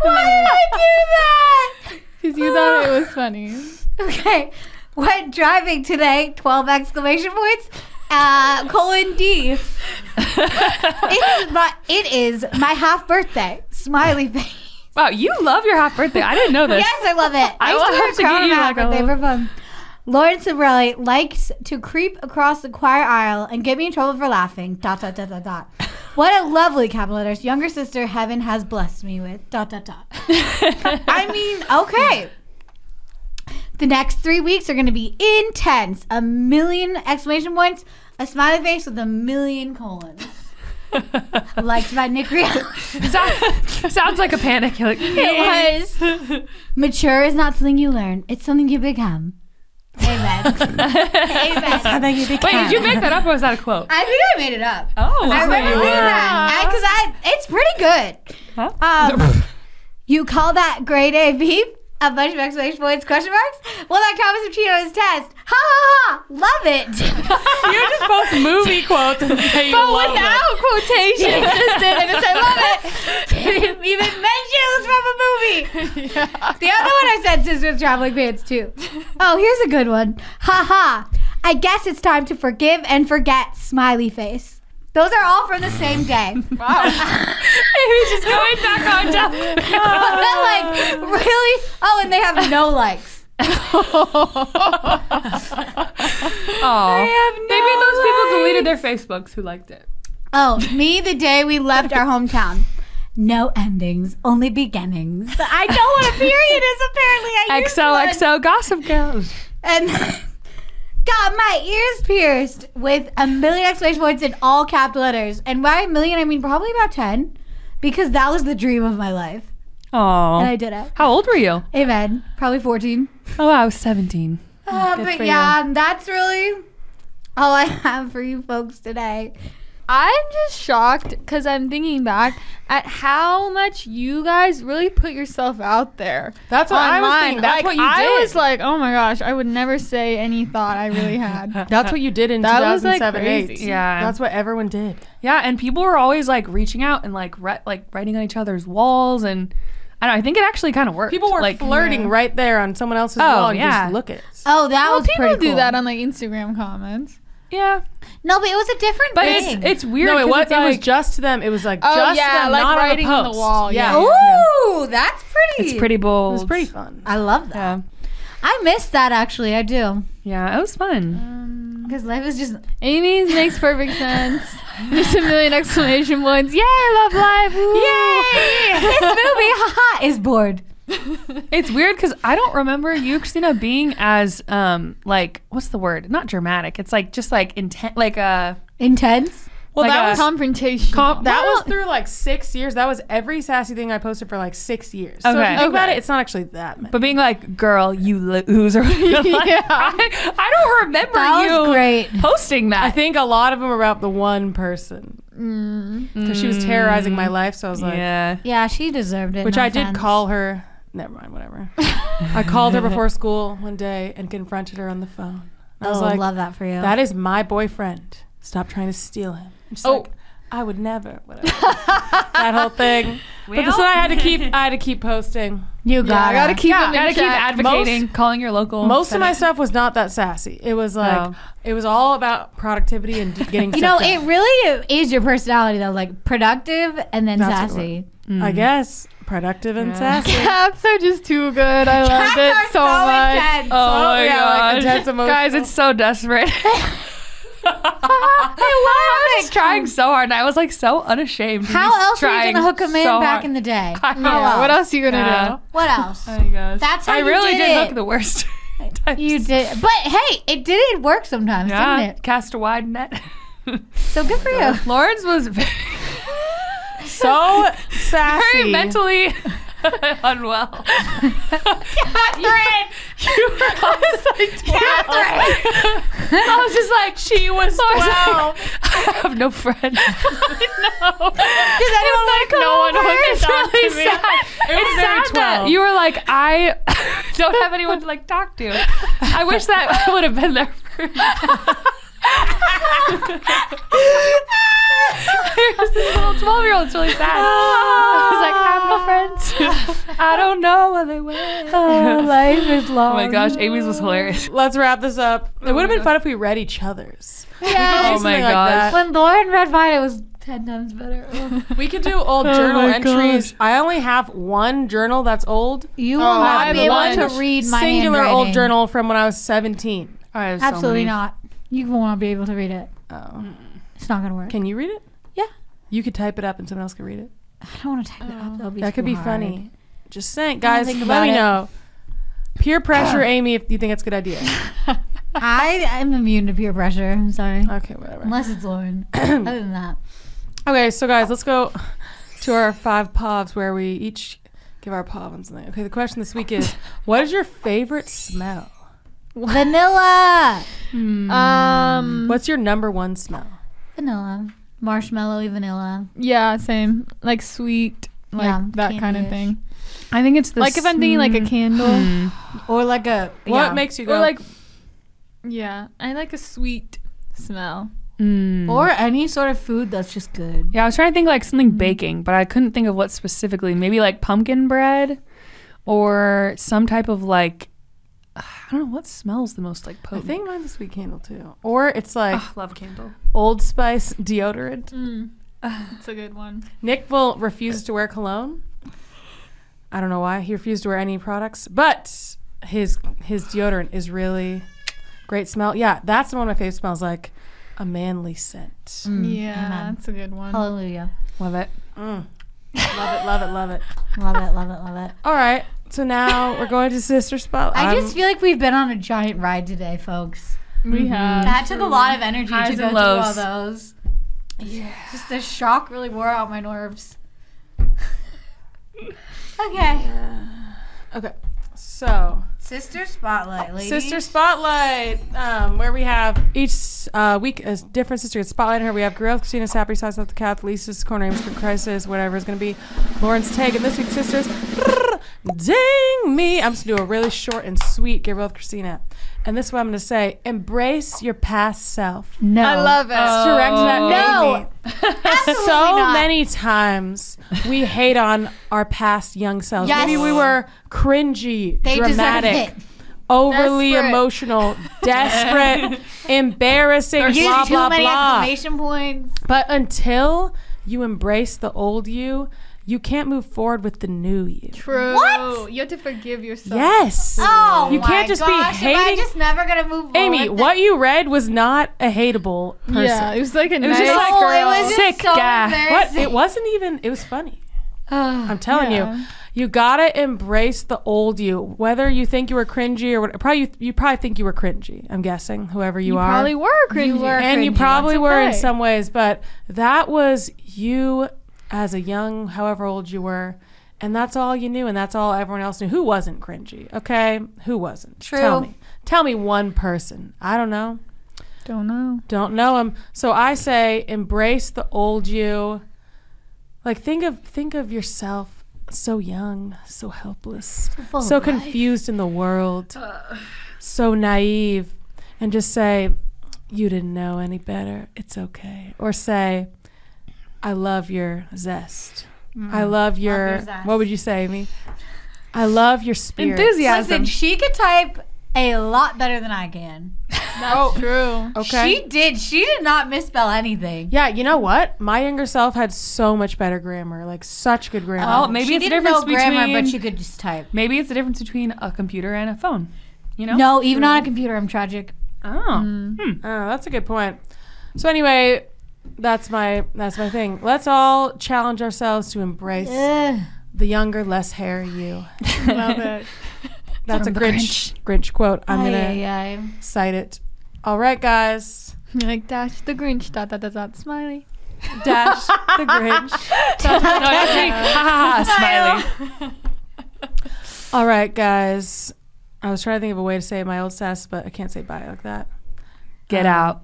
Speaker 5: Why did I do that? Because you thought it was funny.
Speaker 4: Okay. Went driving today, 12 exclamation points. Uh, colon D. it, is my, it is my half birthday. Smiley face.
Speaker 3: Wow, you love your half birthday. I didn't know this.
Speaker 4: Yes, I love it. I,
Speaker 3: I
Speaker 4: used to
Speaker 3: will
Speaker 4: wear a
Speaker 3: have to
Speaker 4: crown
Speaker 3: get
Speaker 4: on
Speaker 3: you
Speaker 4: my
Speaker 3: like a
Speaker 4: birthday
Speaker 3: little-
Speaker 4: for fun. Lauren Sabrelli likes to creep across the choir aisle and get me in trouble for laughing. Dot dot dot dot dot. What a lovely capital letters. Younger sister heaven has blessed me with. Dot dot dot. I mean, okay. The next three weeks are going to be intense. A million exclamation points, a smiley face with a million colons. Liked by Nick Rial.
Speaker 3: Sound- sounds like a panic. You're like,
Speaker 4: It was. Mature is not something you learn, it's something you become. Amen. Amen.
Speaker 3: Wait, did you make that up or was that a quote?
Speaker 4: I think I made it up.
Speaker 3: Oh,
Speaker 4: I
Speaker 3: that's what
Speaker 4: remember
Speaker 3: you
Speaker 4: reading
Speaker 3: were.
Speaker 4: that because I, it's pretty good.
Speaker 3: Huh?
Speaker 4: Um, you call that grade A beep? A bunch of exclamation points, question marks? Well, that Thomas cheated on his test. Ha ha ha! Love it.
Speaker 2: You're just both movie quotes and say you love them.
Speaker 5: Without quotation.
Speaker 4: Just did it, I love it. Didn't even mention it was from a movie. The other one I said is with traveling pants too. Oh, here's a good one. Ha ha! I guess it's time to forgive and forget. Smiley face. Those are all from the same day.
Speaker 3: He's just going back on top.
Speaker 4: but like really oh and they have no likes
Speaker 3: Aw. Maybe those people deleted their Facebooks who liked it.
Speaker 4: oh me the day we left our hometown no endings only beginnings i know what a period is apparently i used one.
Speaker 3: XOXO Gossip Girls.
Speaker 4: and got my ears pierced with a million exclamation points in all capital letters and by a million i mean probably about 10 because that was the dream of my life and
Speaker 3: Aw.
Speaker 4: i did it
Speaker 3: How old were you?
Speaker 4: amen probably 14
Speaker 3: Oh, I was 17.
Speaker 4: uh,
Speaker 3: for
Speaker 4: but
Speaker 3: you.
Speaker 4: yeah that's really all i have for you folks today
Speaker 5: I'm just shocked because I'm thinking back at how much you guys really put yourself out there.
Speaker 2: That's what I was
Speaker 5: online.
Speaker 2: thinking. That's
Speaker 5: Like,
Speaker 2: what you did.
Speaker 5: I was like, oh my gosh, I would never say any thought I really had.
Speaker 2: That's what you did in
Speaker 5: That was, like,
Speaker 2: 2007 8.
Speaker 5: crazy.
Speaker 3: Yeah.
Speaker 2: That's what everyone did.
Speaker 3: Yeah, and people were always like reaching out and like re- like writing on each other's walls, and I don't. know, I think it actually kind of worked.
Speaker 2: People were
Speaker 3: like
Speaker 2: flirting right there on someone else's
Speaker 3: Oh,
Speaker 2: wall and you
Speaker 3: yeah.
Speaker 2: just look at it.
Speaker 4: oh that
Speaker 5: well,
Speaker 4: was
Speaker 5: people
Speaker 4: pretty
Speaker 5: do
Speaker 4: cool.
Speaker 5: that on like Instagram comments.
Speaker 3: Yeah,
Speaker 4: No, but it was a different
Speaker 3: but it's
Speaker 4: thing.
Speaker 3: it's weird.
Speaker 2: no, it
Speaker 3: 'cause
Speaker 2: was,
Speaker 3: it's
Speaker 2: it was
Speaker 3: like-
Speaker 2: just to them. It was like
Speaker 5: Oh,
Speaker 2: just
Speaker 5: yeah,
Speaker 2: them,
Speaker 5: like
Speaker 2: not
Speaker 5: writing
Speaker 2: on
Speaker 5: on
Speaker 2: the,
Speaker 5: the
Speaker 2: post.
Speaker 5: wall, yeah.
Speaker 4: Ooh, that's pretty.
Speaker 3: it's pretty bold.
Speaker 2: It was pretty fun.
Speaker 4: I love that.
Speaker 3: Yeah,
Speaker 4: I miss that actually. I do
Speaker 3: yeah, it was fun.
Speaker 4: because life is just.
Speaker 5: Amy's makes perfect sense. There's a million exclamation points. Yay, love life.
Speaker 4: Yay! this movie, haha, is bored.
Speaker 3: It's weird because I don't remember you, Christina, being as um like what's the word? Not dramatic. It's like just like intent, like uh
Speaker 4: Intense.
Speaker 2: Well,
Speaker 3: Like
Speaker 2: that
Speaker 3: a-
Speaker 2: was
Speaker 5: Confrontation.
Speaker 2: Com- that was through like six years. That was every sassy thing I posted for like six years. So if
Speaker 3: Okay.
Speaker 2: you think about
Speaker 5: Okay.
Speaker 2: it, it's not actually that many.
Speaker 3: But being like, girl, you loser. yeah.
Speaker 5: Yeah.
Speaker 3: I, I don't remember
Speaker 4: That
Speaker 3: you
Speaker 4: was great.
Speaker 3: posting that.
Speaker 2: I think a lot of them were about the one person
Speaker 4: Mm.
Speaker 2: because she was terrorizing my life. So I was like,
Speaker 3: Mm. yeah.
Speaker 4: Yeah, she deserved it.
Speaker 2: which
Speaker 4: no
Speaker 2: I did
Speaker 4: offense.
Speaker 2: call her. Never mind, whatever. I called her before school one day and confronted her on the phone. I
Speaker 4: Oh,
Speaker 2: was like,
Speaker 4: love that for you.
Speaker 2: "That is my boyfriend. Stop trying to steal him." And she's
Speaker 3: Oh.
Speaker 2: like, "I would never." Whatever. that whole thing. but this
Speaker 3: Well.
Speaker 2: one I had to keep. I had to keep posting.
Speaker 4: you got.
Speaker 5: I gotta keep
Speaker 2: Yeah,
Speaker 5: them in
Speaker 3: Gotta keep
Speaker 5: check.
Speaker 3: advocating, calling your local.
Speaker 2: Most of my stuff was not that sassy. It was like
Speaker 3: No.
Speaker 2: it was all about productivity and d- getting.
Speaker 4: You know,
Speaker 2: stuff
Speaker 4: it
Speaker 2: done.
Speaker 4: really is your personality though, like productive and then
Speaker 2: That's a
Speaker 4: sassy.
Speaker 2: I guess productive and sassy.
Speaker 5: Cats are just too good. I loved it so, much.
Speaker 3: Oh, my
Speaker 2: yeah, like,
Speaker 3: gosh.
Speaker 2: intense emotional-
Speaker 3: Guys, it's so desperate. I was trying so hard, and I was like so unashamed.
Speaker 4: How else were you gonna hook him in back in the day?
Speaker 5: Yeah, what else are you gonna
Speaker 3: Yeah.
Speaker 5: do?
Speaker 4: What else?
Speaker 3: Oh my gosh.
Speaker 4: That's how
Speaker 3: I
Speaker 4: you
Speaker 3: really
Speaker 4: did
Speaker 3: did,
Speaker 4: it.
Speaker 3: hook the worst. times.
Speaker 4: You did, but hey, it did work sometimes,
Speaker 3: Yeah,
Speaker 4: didn't it?
Speaker 3: cast a wide net.
Speaker 4: So good for you.
Speaker 3: Lawrence was very,
Speaker 2: So sassy.
Speaker 3: very mentally unwell.
Speaker 4: Catherine!
Speaker 3: You were I was like, 12. I was just like, she was 12. I have no friends. no.
Speaker 4: Does anyone want to come
Speaker 3: No one
Speaker 4: over?
Speaker 3: wants to talk
Speaker 5: really
Speaker 3: to me.
Speaker 5: sad. It was
Speaker 3: it's
Speaker 5: very
Speaker 3: sad that
Speaker 5: 12.
Speaker 3: you were like, I don't have anyone to like talk to. I wish that I would have been there for There's this little 12 year old. It's really sad. I was like, I have no friends. I don't know where they went.
Speaker 4: Oh, life is long.
Speaker 3: Oh my gosh, Amy's was hilarious.
Speaker 2: Let's wrap this up. It would have
Speaker 3: my
Speaker 2: been fun if we read each other's.
Speaker 3: Oh my
Speaker 2: Something like
Speaker 3: gosh.
Speaker 2: that.
Speaker 4: When Lauren read mine, it was ten times better. Oh.
Speaker 2: We could do old journal entries. I only have one journal that's old.
Speaker 4: You will
Speaker 5: Oh,
Speaker 4: not
Speaker 5: I
Speaker 4: be able
Speaker 5: have
Speaker 4: to
Speaker 5: one
Speaker 4: read my
Speaker 2: singular old
Speaker 4: handwriting.
Speaker 2: journal from when I was 17.
Speaker 3: I have so
Speaker 4: Absolutely
Speaker 3: many.
Speaker 4: not. You won't be able to read it.
Speaker 2: Oh.
Speaker 4: It's not gonna work.
Speaker 2: Can you read it?
Speaker 4: Yeah.
Speaker 2: You could type it up and someone else could read it.
Speaker 4: I don't want to type it up. That'll be
Speaker 2: that
Speaker 4: too
Speaker 2: could be
Speaker 4: hard.
Speaker 2: funny. Just saying, guys,
Speaker 4: think
Speaker 2: let
Speaker 4: about
Speaker 2: me
Speaker 4: it.
Speaker 2: know. Peer pressure, Amy, if you think it's a good idea.
Speaker 4: I am immune to peer pressure. I'm sorry.
Speaker 2: Okay, whatever.
Speaker 4: Unless it's Lauren. Other than that,
Speaker 2: Okay, so guys, let's go to our five povs where we each give our pov on something. Okay, the question this week is what is your favorite smell?
Speaker 4: vanilla,
Speaker 2: Hmm.
Speaker 4: Mm.
Speaker 5: Um.
Speaker 2: What's your number one smell?
Speaker 4: vanilla, marshmallowy vanilla.
Speaker 5: Yeah. Same. Like sweet. Like
Speaker 4: Yeah,
Speaker 5: that kind of
Speaker 4: candy-ish.
Speaker 5: thing.
Speaker 3: I think it's the Hmm.
Speaker 5: like if I'm thinking like a candle.
Speaker 4: Or like a
Speaker 2: What makes you go
Speaker 5: Or like, yeah, I like a sweet smell.
Speaker 3: Hmm.
Speaker 4: or any sort of food that's just good.
Speaker 3: Yeah, I was trying to think like something
Speaker 5: Mm-hmm.
Speaker 3: baking, but I couldn't think of what specifically. Maybe like pumpkin bread or some type of like I don't know what smells the most like
Speaker 2: "Oh, I
Speaker 3: potent.
Speaker 2: think mine's a sweet candle too. Or it's like
Speaker 3: Ugh, love candle.
Speaker 2: Old Spice deodorant.
Speaker 5: It's a good one.
Speaker 2: Nick will refuses to wear cologne. I don't know why he refused to wear any products, but his his deodorant is really great smell. Yeah, that's one of my favorite smells, like a manly scent.
Speaker 5: yeah,
Speaker 4: amen.
Speaker 5: that's a good one.
Speaker 4: Mm. Hallelujah.
Speaker 3: Love it.
Speaker 2: Mm. Love it, love it, love it.
Speaker 4: Love it, love it, love it.
Speaker 2: All right, so now we're going to sister Um, spot.
Speaker 4: I
Speaker 2: I'm-
Speaker 4: just feel like we've been on a giant ride today, folks.
Speaker 5: We have
Speaker 4: That took a lot of energy
Speaker 3: Highs
Speaker 4: to
Speaker 3: and
Speaker 4: go through all
Speaker 3: lows.
Speaker 4: those. Yeah. Just the shock really wore out my nerves. okay.
Speaker 2: okay. So
Speaker 4: Sister Spotlight, ladies.
Speaker 2: sister spotlight, um, where we have each uh, week a different sister gets spotlight in her. We have Growth, Christina's Happy Size Left the Cath, Lisa's Corner Aims for Crisis, whatever it's gonna be. Lauren's take and this week's sisters. Ding me! I'm just gonna do a really short and sweet Get Real with Christina. And this is what I'm gonna say: embrace your past self.
Speaker 4: No.
Speaker 5: I love it.
Speaker 2: Direct that
Speaker 4: Oh, No.
Speaker 2: baby. so
Speaker 4: not.
Speaker 2: many times we hate on our past young selves.
Speaker 4: Yes.
Speaker 2: Maybe we were cringy,
Speaker 4: They
Speaker 2: dramatic
Speaker 4: deserve it.
Speaker 2: overly
Speaker 5: Desperate.
Speaker 2: emotional, desperate, embarrassing,
Speaker 4: Used
Speaker 2: blah
Speaker 4: too
Speaker 2: blah
Speaker 4: many
Speaker 2: blah.
Speaker 4: exclamation points.
Speaker 2: But until you embrace the old you, you can't move forward with the new you.
Speaker 5: True.
Speaker 4: What?
Speaker 5: You have to forgive yourself.
Speaker 2: Yes.
Speaker 4: Oh,
Speaker 2: You can't
Speaker 4: my
Speaker 2: just be
Speaker 4: gosh, am I
Speaker 2: hating-
Speaker 4: just never gonna move.
Speaker 2: Amy,
Speaker 4: forward?
Speaker 2: what you read was not a hateable person.
Speaker 5: Yeah, it was like a
Speaker 2: was
Speaker 5: nice
Speaker 2: just like-
Speaker 5: girl.
Speaker 4: Oh, it was just
Speaker 3: Sick
Speaker 4: so
Speaker 3: guy.
Speaker 2: What?
Speaker 4: embarrassing.
Speaker 2: It Ah, wasn't even. It was funny. I'm telling
Speaker 5: yeah.
Speaker 2: you, you gotta embrace the old you. Whether you think you were cringy or what, probably you, you probably think you were cringy. I'm guessing whoever you,
Speaker 5: You
Speaker 2: are.
Speaker 5: probably were cringy.
Speaker 4: were.
Speaker 2: and you
Speaker 4: cringy.
Speaker 2: probably
Speaker 5: That's
Speaker 2: were in
Speaker 5: okay.
Speaker 2: some ways, but that was you as a young, however old you were, and that's all you knew, and that's all everyone else knew. Who wasn't cringy? Okay, who wasn't?
Speaker 4: True.
Speaker 2: Tell me. Tell me one person. I don't know.
Speaker 5: Don't know.
Speaker 2: Don't know him. So I say, embrace the old you. Like think of think of yourself so young, so helpless,
Speaker 4: full
Speaker 2: so
Speaker 4: of life.
Speaker 2: confused in the world, so naive, and just say, "You didn't know any better. It's okay." Or say, "I love your zest. I love your,
Speaker 4: zest.
Speaker 2: what would you say, Amy? I love your spirit.
Speaker 3: Enthusiasm.
Speaker 4: Listen, she could type a lot better than I can.
Speaker 2: Oh.
Speaker 5: Oh. True.
Speaker 2: Okay.
Speaker 4: She did. She did not misspell anything.
Speaker 2: yeah, you know what? My younger self had so much better grammar, like such good grammar.
Speaker 3: Well, maybe
Speaker 4: Um, she
Speaker 3: it's the
Speaker 4: didn't
Speaker 3: difference
Speaker 4: know grammar,
Speaker 3: between
Speaker 4: but she could just type.
Speaker 3: maybe it's the difference between a computer and a phone. You know?
Speaker 4: No, even on a computer, I'm tragic.
Speaker 3: Oh.
Speaker 2: Oh, that's a good point. So anyway, that's my that's my thing. Let's all challenge ourselves to embrace
Speaker 4: Ugh.
Speaker 2: the younger, less hairy you.
Speaker 3: Hmm.
Speaker 5: Love it.
Speaker 2: That's
Speaker 3: From
Speaker 2: a
Speaker 3: the
Speaker 2: Grinch, Grinch quote. I'm
Speaker 4: Ay,
Speaker 2: gonna
Speaker 4: ay, ay.
Speaker 2: cite it. All right, guys.
Speaker 5: You're like dash the Grinch dot dot dot dot smiley.
Speaker 2: Dash the Grinch.
Speaker 3: No, that's me. Ha ha ha. Smiley.
Speaker 2: All right, guys. I was trying to think of a way to say my old sass, but I can't say bye like that.
Speaker 3: Get out.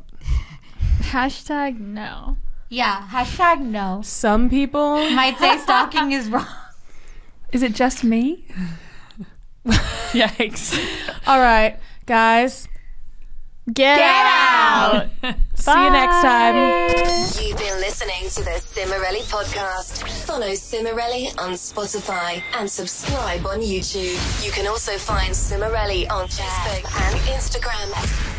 Speaker 5: Hashtag no.
Speaker 4: Yeah. Hashtag no.
Speaker 2: Some people.
Speaker 4: Might say stalking is wrong.
Speaker 3: Is it just me? Yikes.
Speaker 2: All right, guys.
Speaker 5: Get, out.
Speaker 2: See you next time.
Speaker 1: You've been listening to the Cimarelli podcast. Follow Cimarelli on Spotify and subscribe on YouTube. You can also find Cimarelli on Facebook and Instagram.